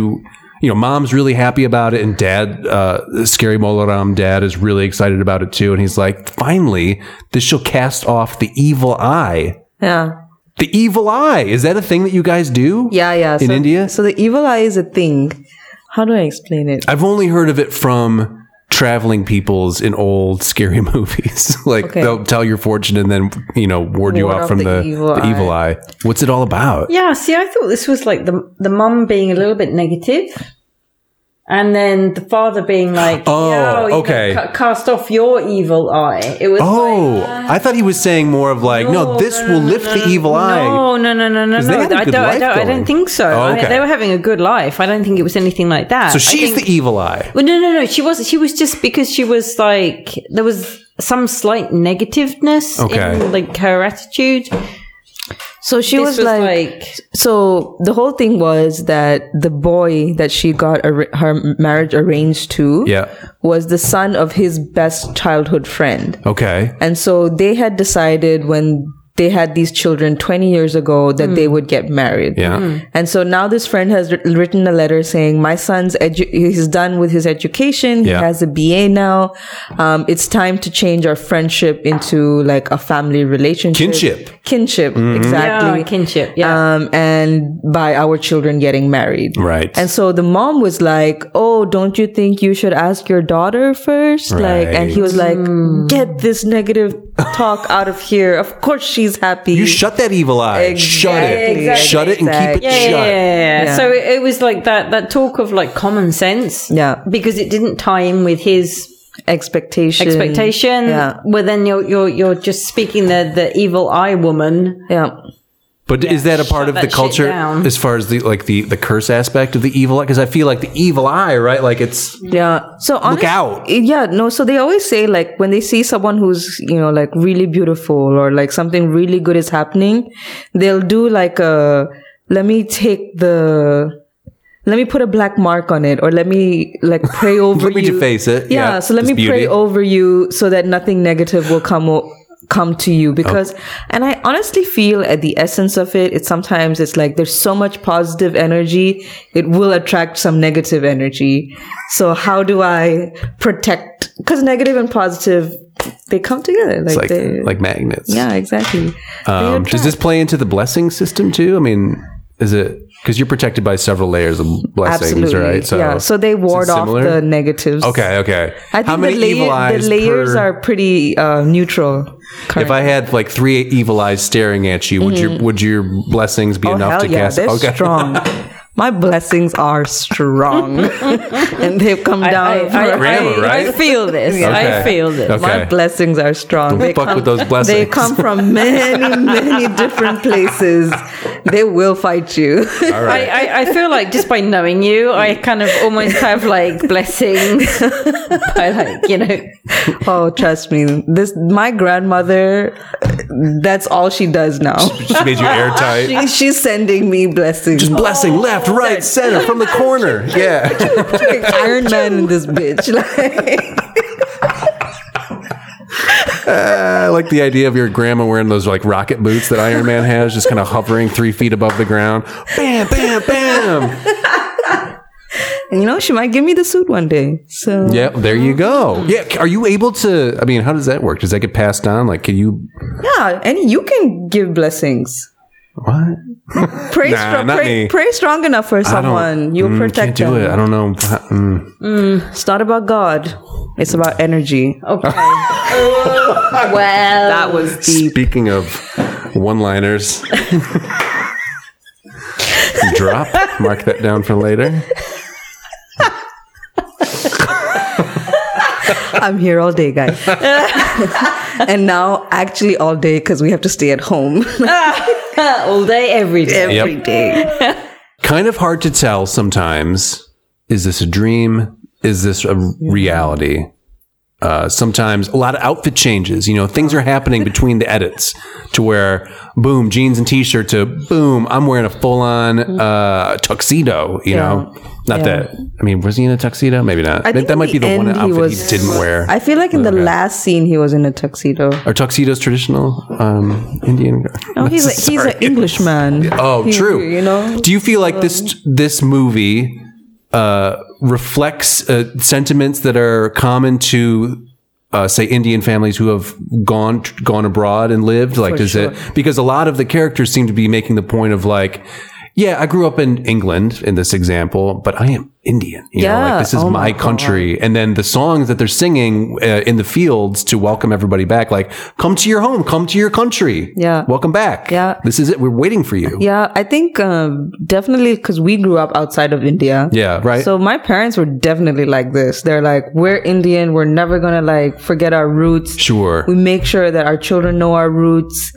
C: you know mom's really happy about it and dad uh, scary molaram dad is really excited about it too and he's like finally this shall cast off the evil eye
B: Yeah.
C: the evil eye is that a thing that you guys do
B: Yeah, yeah.
C: in
B: so,
C: india
B: So the evil eye is a thing. How do I explain it?
C: i've only heard of it from traveling peoples in old scary <laughs> movies like
B: Okay.
C: they'll tell your fortune and then you know ward you
B: Ward
C: off
B: off
C: from the,
B: the
C: the, evil,
B: evil
C: eye. what's it all about
D: Yeah, see, I thought this was like the the mum being a little bit negative, and then the father being like,
C: Oh,
D: "Yo, you
C: okay.
D: know, ca- cast off your evil eye." It was. like,
C: oh i thought he was saying more of like no, this will lift the evil eye
D: No, no, no, no, no,
C: 'Cause they
D: no.
C: had a
D: I
C: good
D: don't, I
C: life
D: don't, I
C: going.
D: don't think so.
C: Oh,
D: I-
C: okay.
D: they were having a good life. I don't think it was anything like that.
C: So
D: I
C: she's
D: think-
C: the e- evil eye.
D: Well, no, no, no. She was. She was just because she was like there was some slight negativeness
C: Okay.
D: in like her attitude.
B: So she
D: This
B: was, like, So the whole thing was that the boy that she got ar- her marriage arranged to
C: Yeah.
B: was the son of his best childhood friend.
C: Okay.
B: And so they had decided when they had these children 20 years ago that
D: Hmm.
B: they would get married.
C: Yeah. Mhm.
B: And so now this friend has writ- written a letter saying, my son's, edu- he's done with his education.
C: Yeah.
B: He has a BA now. Um, it's time to change our friendship into like a family relationship.
C: Kinship. Mm-hmm.
B: Kinship.
D: yeah,
B: Exactly.
D: oh, kinship. Yeah.
B: Um, and by our children getting married.
C: Right.
B: And so the mom was like, Oh, don't you think you should ask your daughter first? Like, and he was like, Get this negative talk out of here. Of course she's happy.
C: you shut that evil eye. Shut it.
B: Exactly.
C: Shut it and keep it
D: yeah,
C: shut.
D: yeah, yeah, yeah. So it, it was like that that talk of like common sense.
B: Yeah.
D: Because it didn't tie in with his
B: Expectation.
D: expectation.
B: Yeah.
D: Well then you're you're you're just speaking the the evil eye woman.
B: Yeah.
C: But is that a part of the
D: that shit
C: culture
D: down.
C: as far as the like the the curse aspect of the evil eye? Because I feel like the evil eye, right? Like it's
B: Yeah. So honest-
C: out.
B: Yeah. No. So they always say like when they see someone who's you know like really beautiful or like something really good is happening, they'll do like a let me take the let me put a black mark on it or let me like
C: <laughs>
B: pray over
C: Let me
B: you.
C: deface it.
B: Yeah.
C: Yeah,
B: so let
C: this
B: me
C: beauty.
B: pray over you so that nothing negative will come o- come to you
C: Oh.
B: because and i honestly feel at the essence of it it's sometimes it's like there's so much positive energy it will attract some negative energy so how do i protect because negative and positive they come together like,
C: It's like
B: they
C: like magnets.
B: yeah exactly
C: Um, does this play into the blessing system too? I mean, is it because you're protected by several layers of blessings,
B: absolutely
C: right?
B: yeah so they
C: is it
B: ward off
C: similar?
B: the negatives
C: Okay, okay.
B: I think the, layer- the layers
C: per-
B: are pretty uh, neutral.
C: If I had like three evil eyes staring at you, would your would your blessings be
B: Mm-hmm. oh
C: enough
B: hell
C: to
B: yeah,
C: cast? <laughs>
B: they're strong. My blessings are
D: <laughs>
B: strong, and they've come down.
D: I, I,
B: for-
C: Grammar,
D: I-
C: right?
D: I feel this.
C: Okay.
D: I feel this.
C: Okay.
B: My blessings are strong.
C: Don't fuck with those blessings.
B: They come
C: <laughs>
B: from many, many different places. They will fight you.
C: All right.
D: I, I, I feel like just by knowing you, I kind of almost have like <laughs> blessings by like, you know,
B: oh, trust me. This my grandmother. That's all she does now.
C: Just made you airtight.
B: <laughs> She- she's sending me blessings.
C: Just blessing left, right, center, from the
B: <laughs>
C: corner. Yeah.
B: like Iron Man in this
C: <laughs>
B: bitch. Like,
C: I like the idea of your grandma wearing those like rocket boots that Iron Man has, just kind of hovering three feet above the ground. Bam, bam,
B: <laughs>
C: bam.
B: you know, she might give me the suit one day. So
C: Yep, there you go. Yeah. c- Are you able to? I mean, how does that work? Does that get passed on? Like, can you?
B: Yeah, and Ah, you can give blessings.
C: What?
B: Pray,
C: Nah,
B: strong,
C: not
B: pray,
C: me.
B: pray strong enough for
C: I don't-
B: someone. You'll
C: mm,
B: protect
C: can't do
B: them.
C: it. I don't know. Mm.
B: It's not about God. It's about energy. Oh,
D: okay. well,
H: That was deep.
C: Speaking of one-liners, drop. Mark that down for later.
B: I'm here all day, guys. <laughs> and now, actually, all day because we have to stay at home <laughs>
D: all day, every day.
B: every
C: Yep.
B: day.
C: Kind of hard to tell sometimes. Is this a dream? Is this a reality? Uh, sometimes a lot of outfit changes. You know, things are happening between the edits to where boom, jeans and t-shirt to boom, I'm wearing a full-on uh, tuxedo. You know, not that. I mean, was he in a tuxedo? Maybe not.
B: think
C: that
B: in
C: might be
B: the
C: the one
B: end he
C: outfit he,
B: was-
C: didn't wear.
B: I feel like in the last scene, he was in a tuxedo.
C: Are tuxedos traditional um, Indian?
B: No, Oh, he's a, he's an
C: <laughs>
B: Englishman.
C: Oh,
B: He-
C: true.
B: You know, Um,
C: Do you feel like this this movie uh, reflects uh, sentiments that are common to uh, say Indian families who have gone gone abroad and lived? Like, does it because a lot of the characters seem to be making the point of like. Yeah, I grew up in England in this example, but I am Indian. You know,
B: Yeah.
C: like this is
B: Oh my
C: my, country. And then the songs that they're singing uh, in the fields to welcome everybody back, like "Come to your home, come to your country,
B: Yeah.
C: welcome back,
B: Yeah.
C: this is it. We're waiting for you."
B: Yeah, I think um, definitely because we grew up outside of India.
C: Yeah, right.
B: So my parents were definitely like this. They're like, we're Indian. We're never gonna like forget our roots.
C: sure.
B: We make sure that our children know our roots.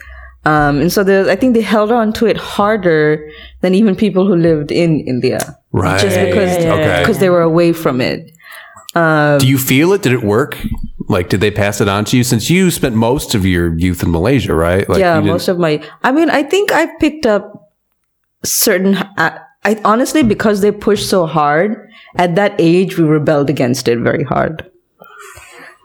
B: Um, and so there's, I think they held on to it harder than even people who lived in India
C: right. Just
B: because
C: okay.
B: because they were away from it.
C: Do you feel it? Did it work? Like, did they pass it on to you? Since you spent most of your youth in Malaysia, right? Like,
B: yeah,
C: you didn't-
B: most of my. I mean, I think I picked up certain. I, I honestly because they pushed so hard at that age, we rebelled against it very hard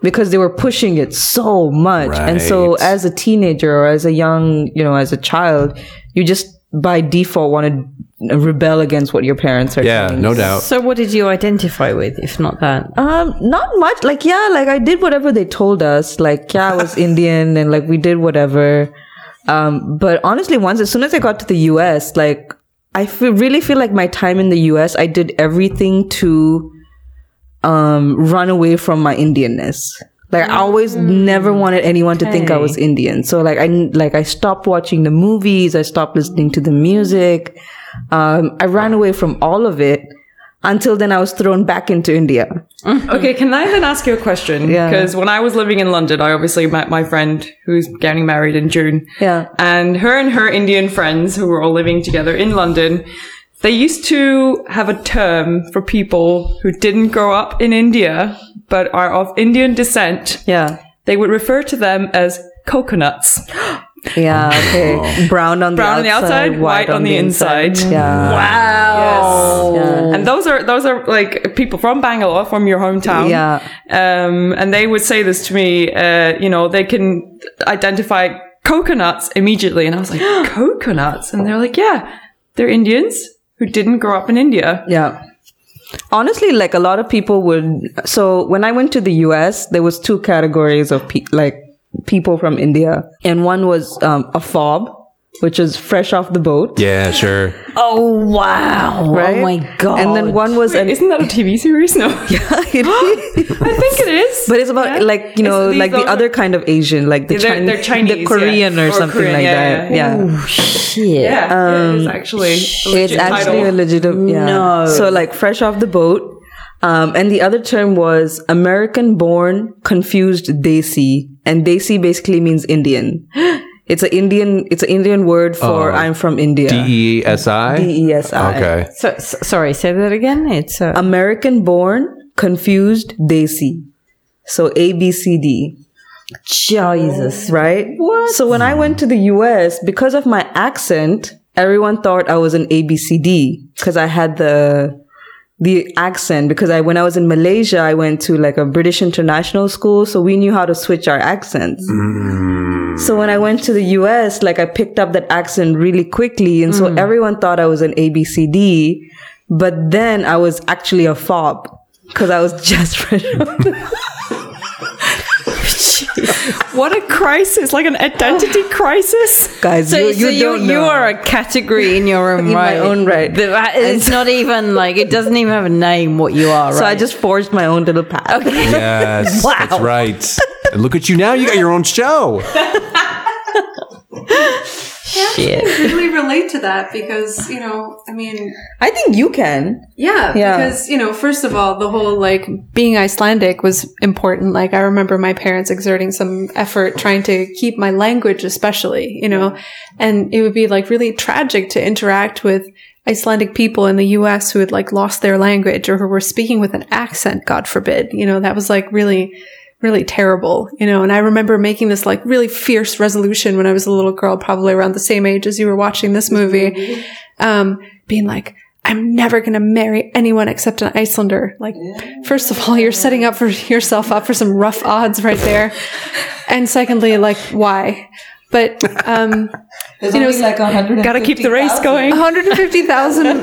B: because they were pushing it so much, and so
C: Right.
B: as a teenager or as a young, you know, as a child, you just by default want to rebel against what your parents are.
C: yeah,
B: doing.
C: no doubt.
D: So, what did you identify with, if not that? Oh,
B: Um, not much. Like, yeah, like I did whatever they told us. Like, yeah, I was Indian and like we did whatever. Um, but honestly, once as soon as I got to the US, like I feel, really feel like my time in the US, I did everything to um run away from my Indianness. Like I always never wanted anyone to think I was Indian. So like I like I stopped watching the movies, I stopped listening to the music. Um, I ran away from all of it until then I was thrown back into India.
H: Okay, can I then ask you a question?
B: Oh. Yeah.
H: Because when I was living in London, I obviously met my friend who's getting married in June.
B: Yeah.
H: And her and her Indian friends who were all living together in London, they used to have a term for people who didn't grow up in India but are of Indian descent.
B: Yeah.
H: They would refer to them as coconuts.
B: Yeah, okay. Brown on the
H: Brown
B: outside,
H: on the outside, white on the inside.
B: Yeah.
H: Wow. And those are those are like people from Bangalore, from your hometown.
B: Yeah.
H: Um, and they would say this to me. Uh, you know, they can identify coconuts immediately, and I was like, coconuts, and they're like, yeah, they're Indians who didn't grow up in India.
B: Yeah. Honestly, like a lot of people would. So when I went to the US, there was two categories of pe- like people from India, and one was um, a fob, which is fresh off the boat,
C: Yeah, sure.
D: Oh wow!
B: right?
D: Oh my god!
B: And then one was an.
H: Isn't that a TV series? No, I think it is.
B: <laughs> But it's about
H: Yeah.
B: like you know,
H: It's- these-
B: like the
H: those are-
B: other kind of Asian, like the
H: They're-
B: Chin-
H: they're Chinese,
B: the
H: yeah.
B: Korean or,
H: Or
B: something
H: Korean,
B: like
H: yeah,
B: that.
H: yeah.
B: Yeah,
D: shit.
H: Yeah, it is actually.
B: it's actually a legitimate. Yeah.
D: No.
B: So like fresh off the boat, um, and the other term was American-born confused desi, and desi basically means Indian. <gasps> It's an Indian. It's an Indian word for I'm from India.
C: Oh. D E S I.
B: D-E-S-I.
C: Okay.
B: <laughs>
D: So, so, sorry, say that again. It's uh,
B: American-born confused desi. So A B C D.
D: Jesus.
B: right? So when I went to the US, because of my accent, everyone thought I was an ABCD because I had the the accent because I when I was in Malaysia, I went to like a British international school, so we knew how to switch our accents. So when I went to the US, like I picked up that accent really quickly and so everyone thought I was an ABCD, but then I was actually a fob because I was <laughs> just fresh off the
H: What a crisis! Like an identity crisis.
B: guys.
D: So,
B: you,
D: so you,
B: don't
D: you
B: know.
D: are a category <laughs> in your own
B: In my
D: right.
B: own right.
D: The- that- it's <laughs> not even like it doesn't even have a name what you are. Right?
B: So I just forged my own little path.
C: Yes. That's
B: <laughs>
C: right. And look at you now. You got your own show.
D: shit.
E: really relate to that because, you know, I mean,
B: I think you can.
E: Yeah,
B: Yeah.
E: because you know, first of all, the whole like being Icelandic was important. Like I remember my parents exerting some effort trying to keep my language, especially you know, and it would be like really tragic to interact with Icelandic people in the U.S. who had like lost their language or who were speaking with an accent. God forbid, you know, that was like really really terrible, you know. And I remember making this like really fierce resolution when I was a little girl, probably around the same age as you were watching this movie, um, being like, I'm never going to marry anyone except an Icelander. Like, first of all, you're setting up for yourself up for some rough odds right there. And secondly, like, why? But, um,
G: <laughs> There's
E: You know,
G: only like 100.
H: Gotta keep the race going.
E: 150,000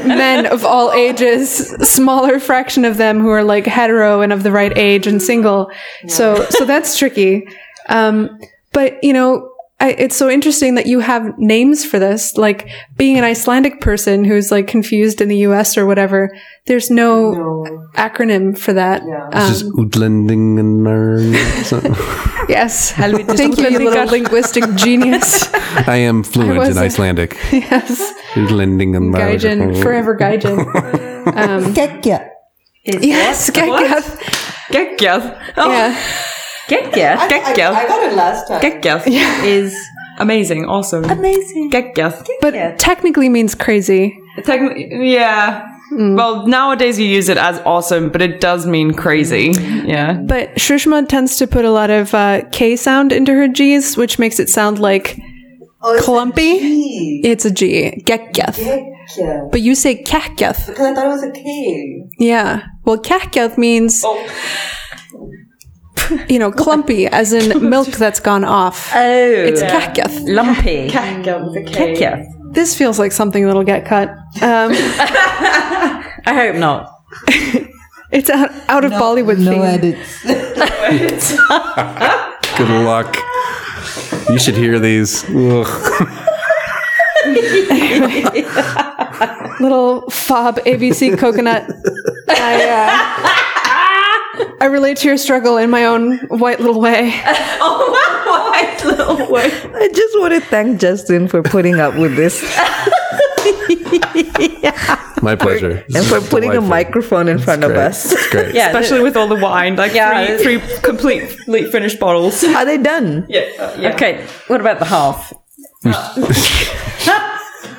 E: men of all ages, smaller fraction of them who are like hetero and of the right age and single. So, so that's tricky. Um, but you know, I, it's so interesting that you have names for this. Like being an Icelandic person who's like confused in the U.S. or whatever. There's no, acronym for that. Um,
C: Just Utlanding and
E: yes, thank you, you little linguistic genius.
C: I am
E: I
C: fluent in
B: <laughs>
E: wasn't.
C: Icelandic.
E: yes,
C: Utlanding and
E: Gaijin, forever
G: <laughs>
E: Gaijin. Um,
G: Kekia.
E: Yes, Gekkath.
H: Gekkeath. Oh,
E: Yeah.
H: Gekkeath. Gekkeath.
G: got it last time.
H: Gekkeath is amazing, awesome. Amazing. Gekkeath.
E: But technically means crazy.
H: Technically, yeah.
D: Mm.
H: Well, nowadays you use it as awesome, but it does mean crazy. Yeah.
E: But Shushma tends to put a lot of uh, K sound into her G's, which makes it sound like
G: Oh,
E: clumpy. it's a G. Gekkath.
G: Kekia.
E: But you say kaketh.
G: Because I thought it was a K. Oh.
E: Yeah. Well, kaketh means, you know, clumpy,
G: <laughs>
E: as in milk that's gone off.
G: Uh,
B: Oh,
E: It's kaketh.
D: Lumpy.
B: yeah.
E: This feels like something that'll get cut. Um,
D: I hope not.
E: it's out, out of Bollywood
G: No
E: theme.
G: edits.
C: Good luck. You should hear these. Ugh.
E: little fob ABC coconut. <laughs> I, uh, I relate to your struggle in my own white little way.
B: <laughs> I just want to thank Justin for putting up with this
D: <laughs>
C: My pleasure.
B: and for putting a microphone in front of us.
C: It's great.
D: Yeah.
H: Especially with all the wine, like
D: Yeah.
H: three, three completely finished
D: <laughs>
H: bottles.
B: Are
D: uh,
B: they done?
H: Yeah.
D: Okay. What about the half?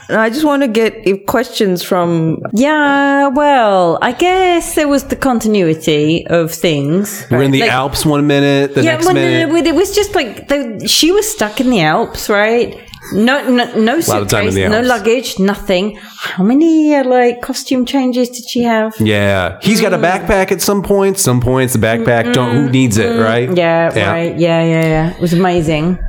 B: I just want to get if questions from
D: Yeah, well, I guess there was the continuity of things.
C: We're in the
D: Like-
C: Alps one minute, the
D: Yeah,
C: next
D: well, no, no,
C: minute.
D: no, it was just like the, she was stuck in the Alps, right? No, no, no
C: lot of time in the
D: suitcase, no
C: Alps.
D: luggage, nothing. How many uh, like costume changes did she have?
C: yeah, he's got a backpack at some point. Some points the backpack don't. Who needs it, right?
D: Yeah, right. Yeah, yeah, yeah. It was amazing.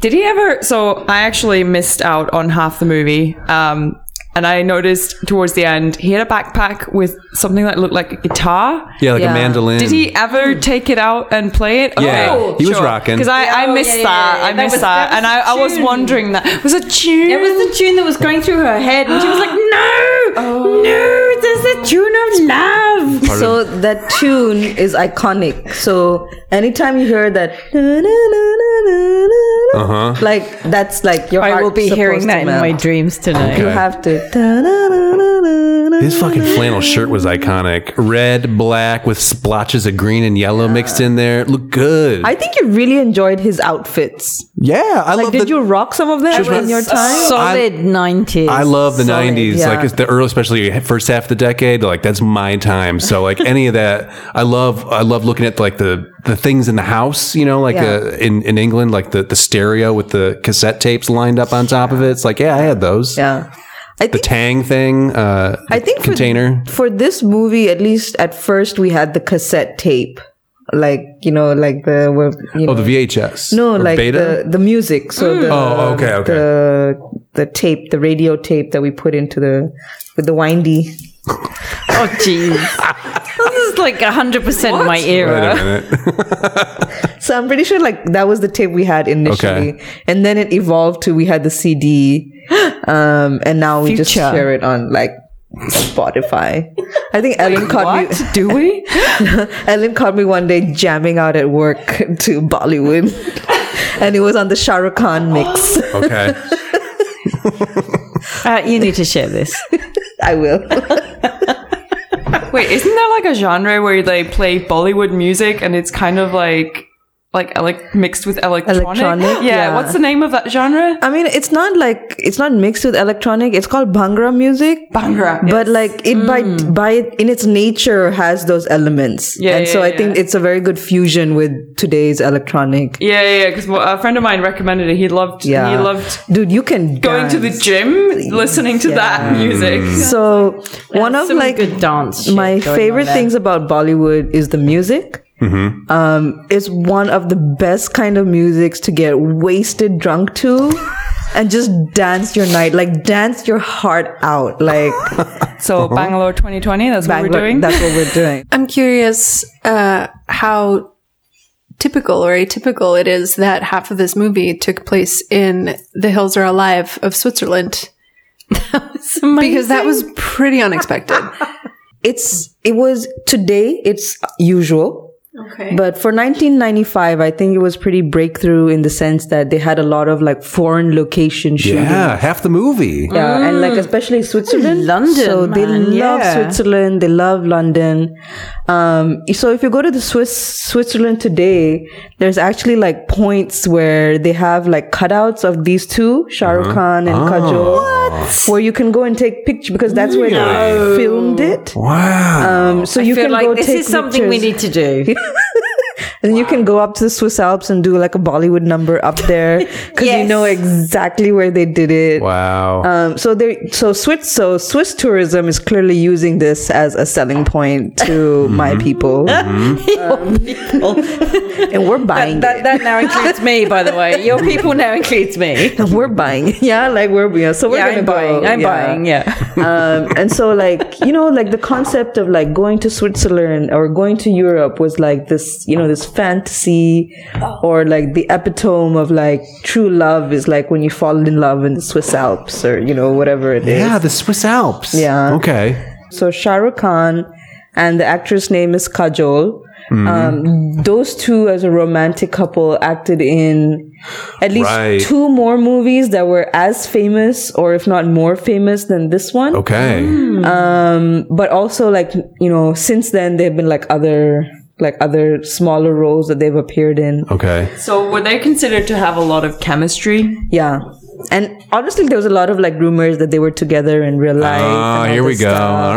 H: Did he ever? So I actually missed out on half the movie. Um, and I noticed towards the end he had a backpack with something that looked like a guitar.
C: Yeah, like a mandolin.
H: Did he ever take it out and play it?
C: Mm. Yeah, he was rocking.
H: Because I, I
D: Oh,
H: missed
D: yeah, yeah,
H: that.
D: yeah.
H: I
D: That
H: missed
D: was-
H: that,
D: that
H: and I, I
D: was
H: was
D: a tune.
H: wondering that was a tune.
D: It was the tune that was going through her head, and she was like, <gasps> "No, no, there's a tune of love."
B: so that tune is iconic. So anytime you hear that,
C: Uh-huh.
B: like that's like your
D: I
B: heart
D: will be
B: supposed
D: hearing
B: to
D: that in
B: melt.
D: my dreams tonight.
B: You
C: Okay.
B: have to.
C: His fucking flannel shirt was iconic. Red, black, with splotches of green and yellow mixed in there. It looked good.
B: I think you really enjoyed his outfits.
C: yeah, I
B: Like,
C: love
B: did
C: the,
B: you rock some of them
C: Sure.
B: in your time?
D: Solid nineties.
C: I love the
B: Solid,
C: '90s,
B: yeah.
C: like it's the early, especially first half of the decade. Like that's my time. So like any of that, I love. I love looking at like the the things in the house. You know, like
B: Yeah.
C: uh, in in England, like the the stereo with the cassette tapes lined up on top of it. It's like yeah, I had those.
B: Yeah. I
C: The
B: think
C: Tang thing. Uh,
B: I think for-
C: container.
B: for this movie, at least at first, we had the cassette tape, like you know, like the where, you know,
C: oh, the VHS.
B: no,
C: Or
B: like
C: Beta.
B: the the music. So the
C: Oh, okay, okay.
B: the the tape, the radio tape that we put into the with the windy.
D: Oh jeez. this is like hundred percent my
C: Wait a
D: era.
C: minute.
B: <laughs> So I'm pretty sure like that was the tape we had initially,
C: Okay.
B: and then it evolved to we had the CD, um, and now we just
D: Future.
B: share it on like. Spotify. I think Ellen caught me.
H: Do we?
B: <laughs> Ellen caught me one day jamming out at work to Bollywood, <laughs> and it was on the Shah Rukh Khan
H: <gasps>
B: mix.
C: Okay.
D: Uh, you need to share <laughs> this.
B: I will. <laughs>
H: Wait, isn't there like a genre where they play Bollywood music and it's kind of like like like mixed with electronic?
B: Electronic, yeah.
H: yeah. What's the name of that genre?
B: I mean, it's not like it's not mixed with electronic. It's called Bhangra music.
H: Bhangra,
B: but like it by by in its nature has those elements.
H: Mm. Yeah,
B: and so
H: yeah,
B: I think
H: yeah.
B: it's a very good fusion with today's electronic.
H: Yeah, yeah, because a friend of mine recommended it. He loved,
B: Yeah,
H: he loved
B: dude, you can
H: going to the
B: dance.
H: gym, listening to that music.
B: So one of
D: Some
B: like
D: good dance. shit
B: my
D: going on
B: favorite
D: there.
B: things about Bollywood is the music. Um, it's one of the best kind of musics to get wasted drunk
H: <laughs>
B: to and just dance your night, like dance your heart out. Like
H: So Bangalore 2020, that's what
B: Bangla-
H: we're doing.
B: that's what we're doing.
E: I'm curious uh, how typical or atypical it is that half of this movie took place in The Hills Are Alive of Switzerland. <laughs> Because that was pretty unexpected.
B: It's, it was today, it's usual.
E: <laughs> okay.
B: But for 1995, I think it was pretty breakthrough in the sense that they had a lot of like foreign location shooting.
C: Yeah, half the movie.
B: Yeah, and like especially Switzerland,
D: Mm. London,
B: So they
D: man,
B: love
D: yeah.
B: Switzerland. They love London. Um, so if you go to the Swiss Switzerland today, there's actually like points where they have like cutouts of these two, Shah Rukh Khan and Kajol, where you can go and take pictures because that's where they filmed it.
C: Wow.
B: Um, so
D: I
B: you
D: feel
B: can
D: like
B: go
D: this
B: take
D: is something we
B: pictures.
D: need to do.
B: <laughs> And you can go up to the Swiss Alps and do like a Bollywood number up there
D: <laughs>
B: because you
D: Yes.
B: know exactly where they did it.
C: wow.
B: Um, so they so Swiss so Swiss tourism is clearly using this as a selling point to my people, Um,
D: <laughs>
B: <laughs> and we're buying
D: that, that now includes me, by the way. Your people now includes <laughs> me.
B: it. We're buying, <laughs> it. yeah, like we're yeah. So we're
D: Yeah,
B: gonna
D: I'm
B: go.
D: buying. I'm buying. Yeah.
B: <laughs> um, and so like you know like the concept of like going to switzerland or going to europe was like this you know this fantasy or like the epitome of like true love is like when you fall in love in the swiss alps or you know whatever it is
C: yeah, the Swiss Alps.
B: Yeah.
C: Okay.
B: so Shah Rukh Khan and the actress name is Kajol.
C: Hmm.
B: Um, those two as a romantic couple acted in at least
C: Right.
B: two more movies that were as famous or if not more famous than this one.
C: Okay.
B: Mm. But also like, you know, since then there have been like other like other smaller roles that they've appeared in.
C: Okay.
H: So were they considered to have a lot of chemistry?
B: Yeah. And honestly, there was a lot of like rumors that they were together in real life. and
C: Oh,
B: all
C: here we
B: this
C: go.
B: stuff. Oh. Um,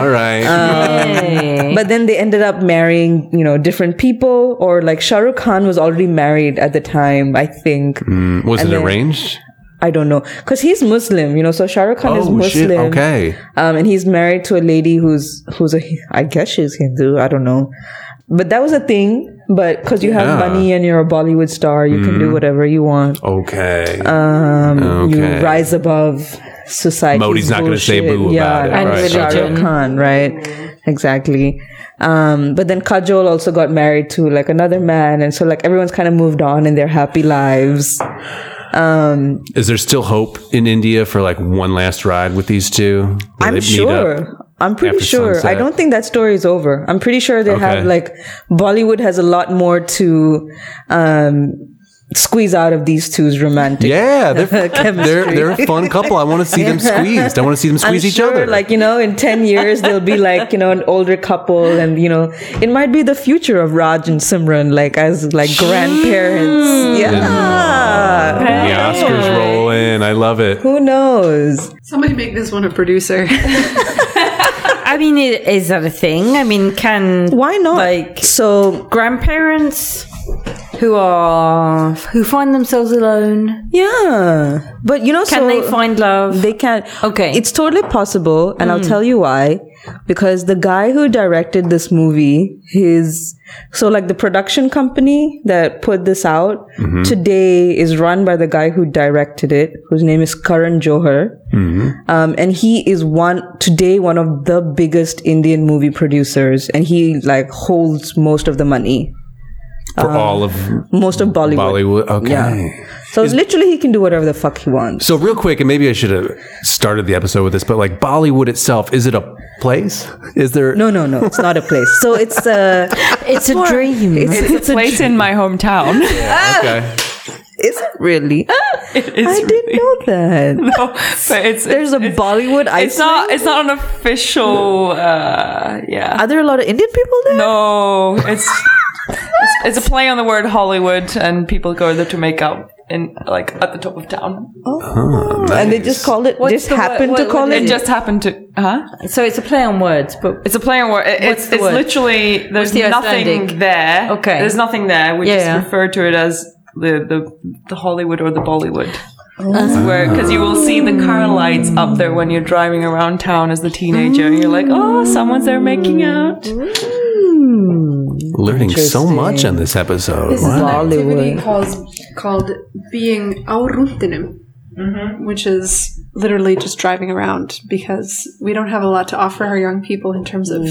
C: All right. all right.
B: But then they ended up marrying, you know, different people, or like Shah Rukh Khan was already married at the time, I think.
C: Mm, was it
B: and then-
C: arranged?
B: I don't know. Because he's Muslim, you know, so Shah Rukh Khan is
C: Oh,
B: Muslim.
C: shit. Okay.
B: Um, and he's married to a lady who's, who's a, I guess she's Hindu, I don't know. But that was a thing. But because you have
C: Yeah. Hmm.
B: money and you're a Bollywood star, you can do whatever you want.
C: Okay.
B: Um, You rise above society.
C: Modi's not gonna say boo about it,
B: Yeah,
D: right,
B: Shah Rukh
D: okay.
B: Khan, right? Exactly. Um, but then Kajol also got married to like another man, and so like everyone's kind of moved on in their happy lives.
C: Is there still hope in India for like one last ride with these two? Will they
B: I'm
C: meet up?
B: sure. I'm pretty
C: after
B: sure. I
C: sunset?
B: don't think that story is over. I'm pretty sure they have
C: Okay.
B: like Bollywood has a lot more to um, squeeze out of these two's romantic. <laughs>
C: Yeah, they're, they're they're a fun couple. I want to see them squeezed. I want to see them
B: I'm
C: squeeze each
B: sure,
C: other.
B: Like you know, in ten years they'll be like you know an older couple, and you know it might be the future of Raj and Simran, like as like grandparents. Yeah,
C: the Oscars roll in. I love it.
B: who knows?
E: Somebody make this one a producer.
D: I mean, i- is that a thing? I mean, can
B: Why not?
D: Like
B: so,
D: grandparents who are who find themselves alone,
B: yeah, but you know,
D: can
B: so
D: they find love?
B: They can.
D: Okay.
B: It's totally possible, and I'll tell you why. Because the guy who directed this movie, his so like the production company that put this out today is run by the guy who directed it, whose name is Karan Johar, um, and he is one today one of the biggest Indian movie producers, and he like holds most of the money,
C: For all of
B: most of Um, Bollywood.
C: Bollywood. Okay.
B: Yeah. So literally, he can do whatever the fuck he wants.
C: So real quick, and maybe I should have started the episode with this, but like Bollywood itself, is it a place? Is there
B: No, no, no. It's not a place. So it's uh,
D: <laughs> it's a
B: <laughs>
D: dream.
B: it's, it's a
H: Place in my hometown.
C: Ah! Okay.
B: Is it really? <laughs> I didn't know that.
H: No, <laughs> but it's
B: There's a Bollywood
H: It's not. It's not an official. Uh, yeah.
B: Are there a lot of Indian people there?
H: No, it's, it's it's a play on the word Hollywood, and people go there to make out in like at the top of town.
B: And they just called it. just
D: the word-
B: happened
D: what-
B: to
D: what
B: call
D: is
B: it.
H: It just happened to, huh?
D: so it's a play on words, but
H: It's a play on word. It, it's
D: the
H: it's
D: word?
H: literally there's
D: the
H: nothing
D: Icelandic?
H: there.
D: Okay.
H: there's nothing there. We
D: Yeah,
H: just
D: yeah.
H: refer to it as the the the Hollywood or the Bollywood. That's
D: Oh.
H: where because you will see the car lights up there when you're driving around town as a teenager, and you're like, oh, someone's there making out.
C: Learning so much on this episode. Wow.
B: Bollywood.
E: called, called being Auruntinum, which is literally just driving around because we don't have a lot to offer our young people in terms of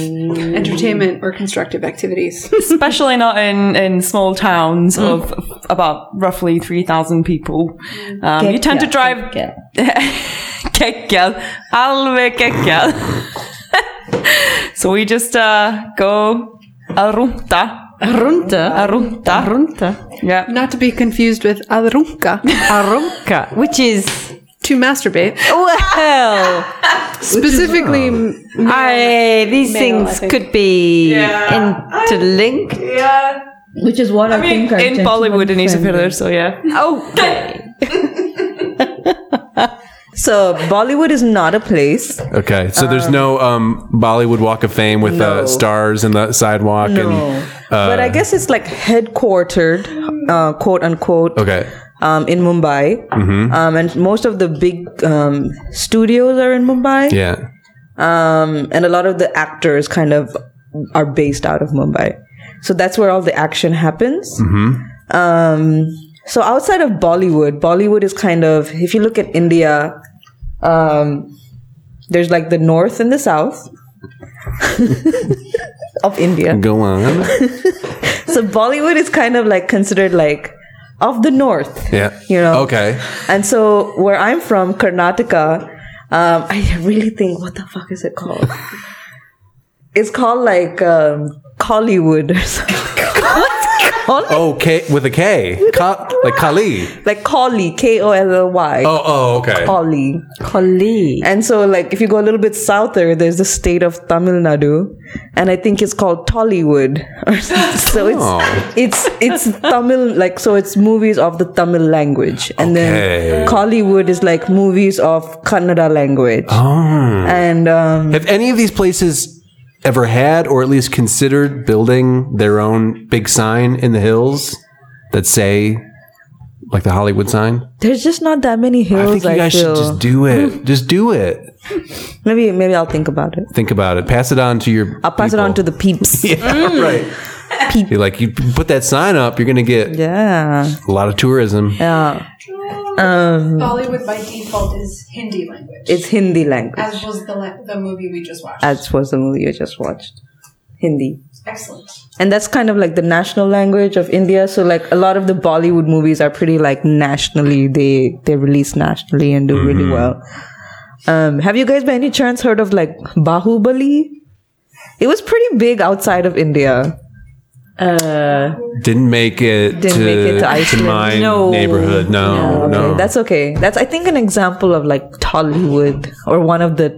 E: entertainment or constructive activities. <laughs>
H: especially not in, in small towns of about roughly 3,000 people. Um, you tend to drive. <laughs> Kekkel. Alve kekkel. So we just uh, go arunta.
D: runta,
H: Arunta.
D: runta,
H: Yeah.
E: Not to be confused with Arunka,
D: arunka, which is
E: <laughs> to masturbate.
D: well,
E: Specifically, m-
D: I, these things could be interlinked.
B: Which is what I,
H: In, in Bollywood in Isafjordur, so yeah.
D: Okay,
B: So Bollywood is not a place.
C: Okay. So there's no um, Bollywood Walk of Fame with uh,
B: Uh, No.
C: stars in the sidewalk. And,
B: but I guess it's like headquartered, uh, quote unquote.
C: okay.
B: Um, in Mumbai, um, and most of the big um, studios are in Mumbai,
C: Yeah.
B: um, and a lot of the actors kind of are based out of Mumbai. So that's where all the action happens. Um, so outside of Bollywood, Bollywood is kind of if you look at India, um, there's like the north and the south <laughs> of India. <laughs>
C: Go on.
B: So Bollywood is kind of like considered like of the north.
C: Yeah.
B: You know.
C: Okay.
B: And so where I'm from, Karnataka, um, I really think what the fuck is it called? <laughs> it's called like um, Collywood or something.
C: Oh, K with a K, Ka, like Kali.
B: like Collie, K O L L Y.
C: Oh, oh, okay.
B: Collie.
D: Colleague.
B: And so, like, if you go a little bit souther, there's the state of Tamil Nadu, and I think it's called Tollywood. <laughs> or something. so
C: Oh.
B: it's it's it's Tamil, like, so it's movies of the Tamil language, and
C: Okay.
B: then Kollywood is like movies of Kannada language,
C: Oh.
B: and um,
C: Have any of these places ever had, or at least considered, building their own big sign in the hills that say, like the Hollywood sign?
B: there's just not that many
C: I
B: hills.
C: think you guys
B: feel.
C: should just do it. <laughs> Just do it.
B: maybe maybe I'll think about it.
C: Think about it. Pass it on to your.
B: I'll pass it on
C: <laughs>
B: to the peeps.
C: Yeah, right. You're like you put that sign up, you're gonna get
B: yeah.
C: a lot of tourism.
B: Yeah.
I: Bollywood by default is Hindi language,
B: It's Hindi language,
I: as was the, la- the movie we just watched.
B: as was the movie you just watched. Hindi.
I: Excellent.
B: and that's kind of like the national language of India. So like a lot of the Bollywood movies are pretty like nationally they they release nationally and do really well. Um, have you guys by any chance heard of like Bahubali? It was pretty big outside of India.
C: Didn't make it,
B: Didn't
C: to,
B: make it to
C: to
B: Iceland.
C: my
D: No.
C: neighborhood. No, no.
B: Okay, that's okay. That's I think an example of like Tollywood or one of the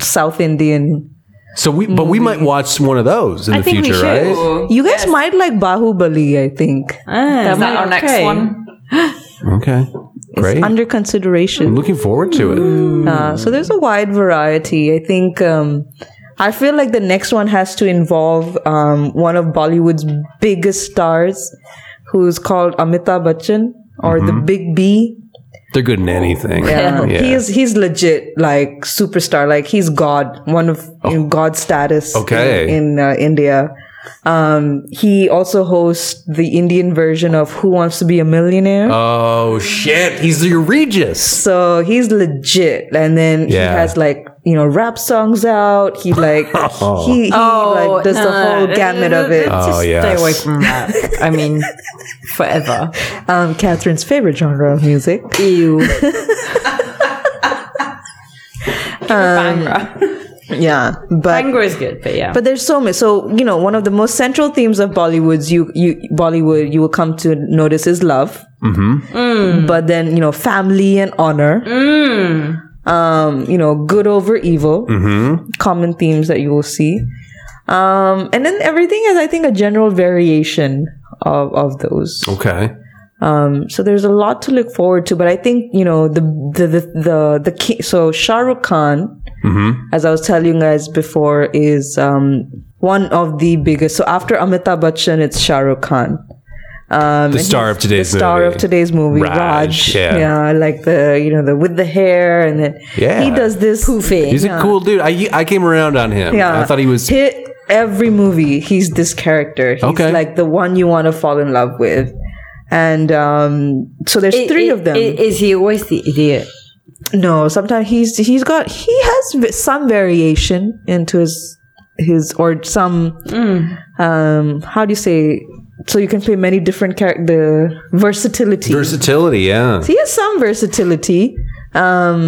B: South Indian.
C: so we, but we
B: Mm-hmm.
C: might watch one of those in the
D: think we
C: future,
D: should.
C: right?
B: You guys might like Bahubali, I think.
H: Is that our next one?
C: Okay, great.
B: Under consideration.
C: I'm looking forward to it.
B: Uh, so there's a wide variety. I think um, I feel like the next one has to involve um, one of Bollywood's biggest stars, who's called Amitabh Bachchan or the Big B.
C: They're good in anything.
B: Yeah.
C: Mm-hmm. Oh,
D: Um,
C: Yeah.
B: He is he's legit like superstar. Like he's God, one of in God status
C: Oh. Okay.
B: in, in uh, India. Um, he also hosts the Indian version of Who Wants to Be a Millionaire.
C: Oh shit! He's the Regis.
B: So he's legit, and then
C: Yeah.
B: he has like you know rap songs out. He like he, he
D: Oh,
B: like does the whole gamut of
D: <laughs>
B: it.
C: Oh
D: Stay away
C: yes.
D: from that. I mean,
B: <laughs>
D: forever.
B: Um, Catherine's favorite genre of music.
D: Ew.
B: Yeah, Um, but
D: Anger is good, but yeah.
B: but there's so many. So you know, one of the most central themes of Bollywood's you you Bollywood you will come to notice is love. Mm-hmm. But then you know, family and honor. Um, you know, good over evil. Common themes that you will see. Um, and then everything is, I think, a general variation of of those.
C: Okay.
B: Um, so there's a lot to look forward to, but I think you know the the the the, the ki- so Shah Rukh Khan,
C: Mm-hmm.
B: as I was telling you guys before, is um, one of the biggest. So after Amitabh Bachchan, it's Shah Rukh Khan. Um,
C: The
B: and
C: star
B: he's
C: of today's
B: the star
C: movie.
B: of today's movie,
C: Raj,
B: Raj.
C: yeah.
B: yeah, like the you know the with the hair and then
C: Yeah.
B: he does this poofy.
C: He's a cool dude. I I came around on him.
B: Yeah.
C: I thought he was.
B: Hit every movie, he's this character. He's
C: Okay.
B: like the one you want to fall in love with. And um, so there's three of them.
D: I- Is he always the idiot?
B: no, sometimes he's he's got he has v- some variation into his his or some um how do you say so you can play many different character the versatility.
C: Versatility, yeah.
B: he has some versatility. Um,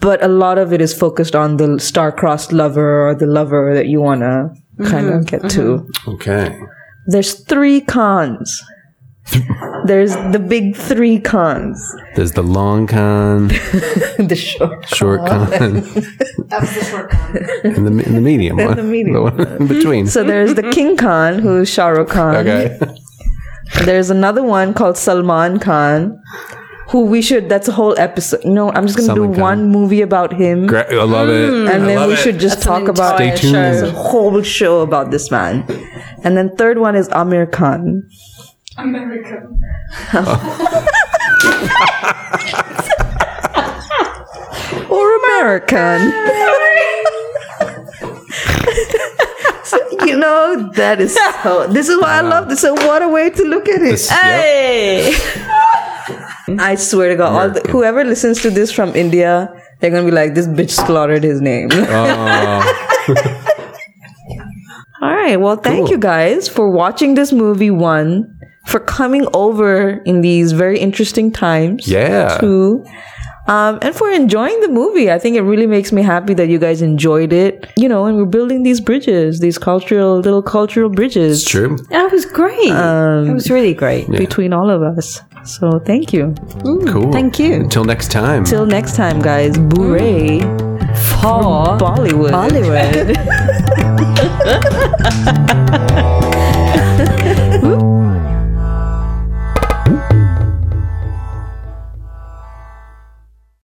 B: but a lot of it is focused on the star-crossed lover or the lover that you wanna kind of get to.
C: Okay.
B: there's three cons. There's the big three cons.
C: There's the long con,
B: the short.
C: short con,
B: <laughs>
I: That was the short one.
C: and the, me- and the medium one.
B: the medium
C: The one in between.
B: So there's the King Khan, who's Shah Rukh Khan.
C: okay.
B: There's another one called Salman Khan, who we should. That's a whole episode. No, I'm just gonna
C: Salman
B: do
C: Khan.
B: one movie about him,
C: Gra- I love it.
B: Mm. and
C: I
B: then
C: love
B: we
C: it.
B: should just talk about
C: Stay
B: a
C: tuned.
B: whole show about this man. And then third one is Amir Khan.
I: America.
B: or American. <laughs> So, you know that is so. This is why I love this. So what a way to look at it.
C: This- yep.
B: I swear to God, all the, whoever listens to this from India, they're gonna be like, "This bitch slaughtered his name."
C: Uh,
B: all right. Well, thank you guys for watching this movie. One for coming over in these very interesting times.
C: Yeah.
B: <laughs> Two. um, and for enjoying the movie. I think it really makes me happy that you guys enjoyed it. You know, and we're building these bridges, these cultural little cultural bridges
C: It's true.
D: That was great.
B: Um,
D: it was really great.
B: between all of us. So thank you.
C: Cool.
B: Thank you.
C: Until next time.
B: Till next time, guys. Booray for Bollywood.
D: Bollywood.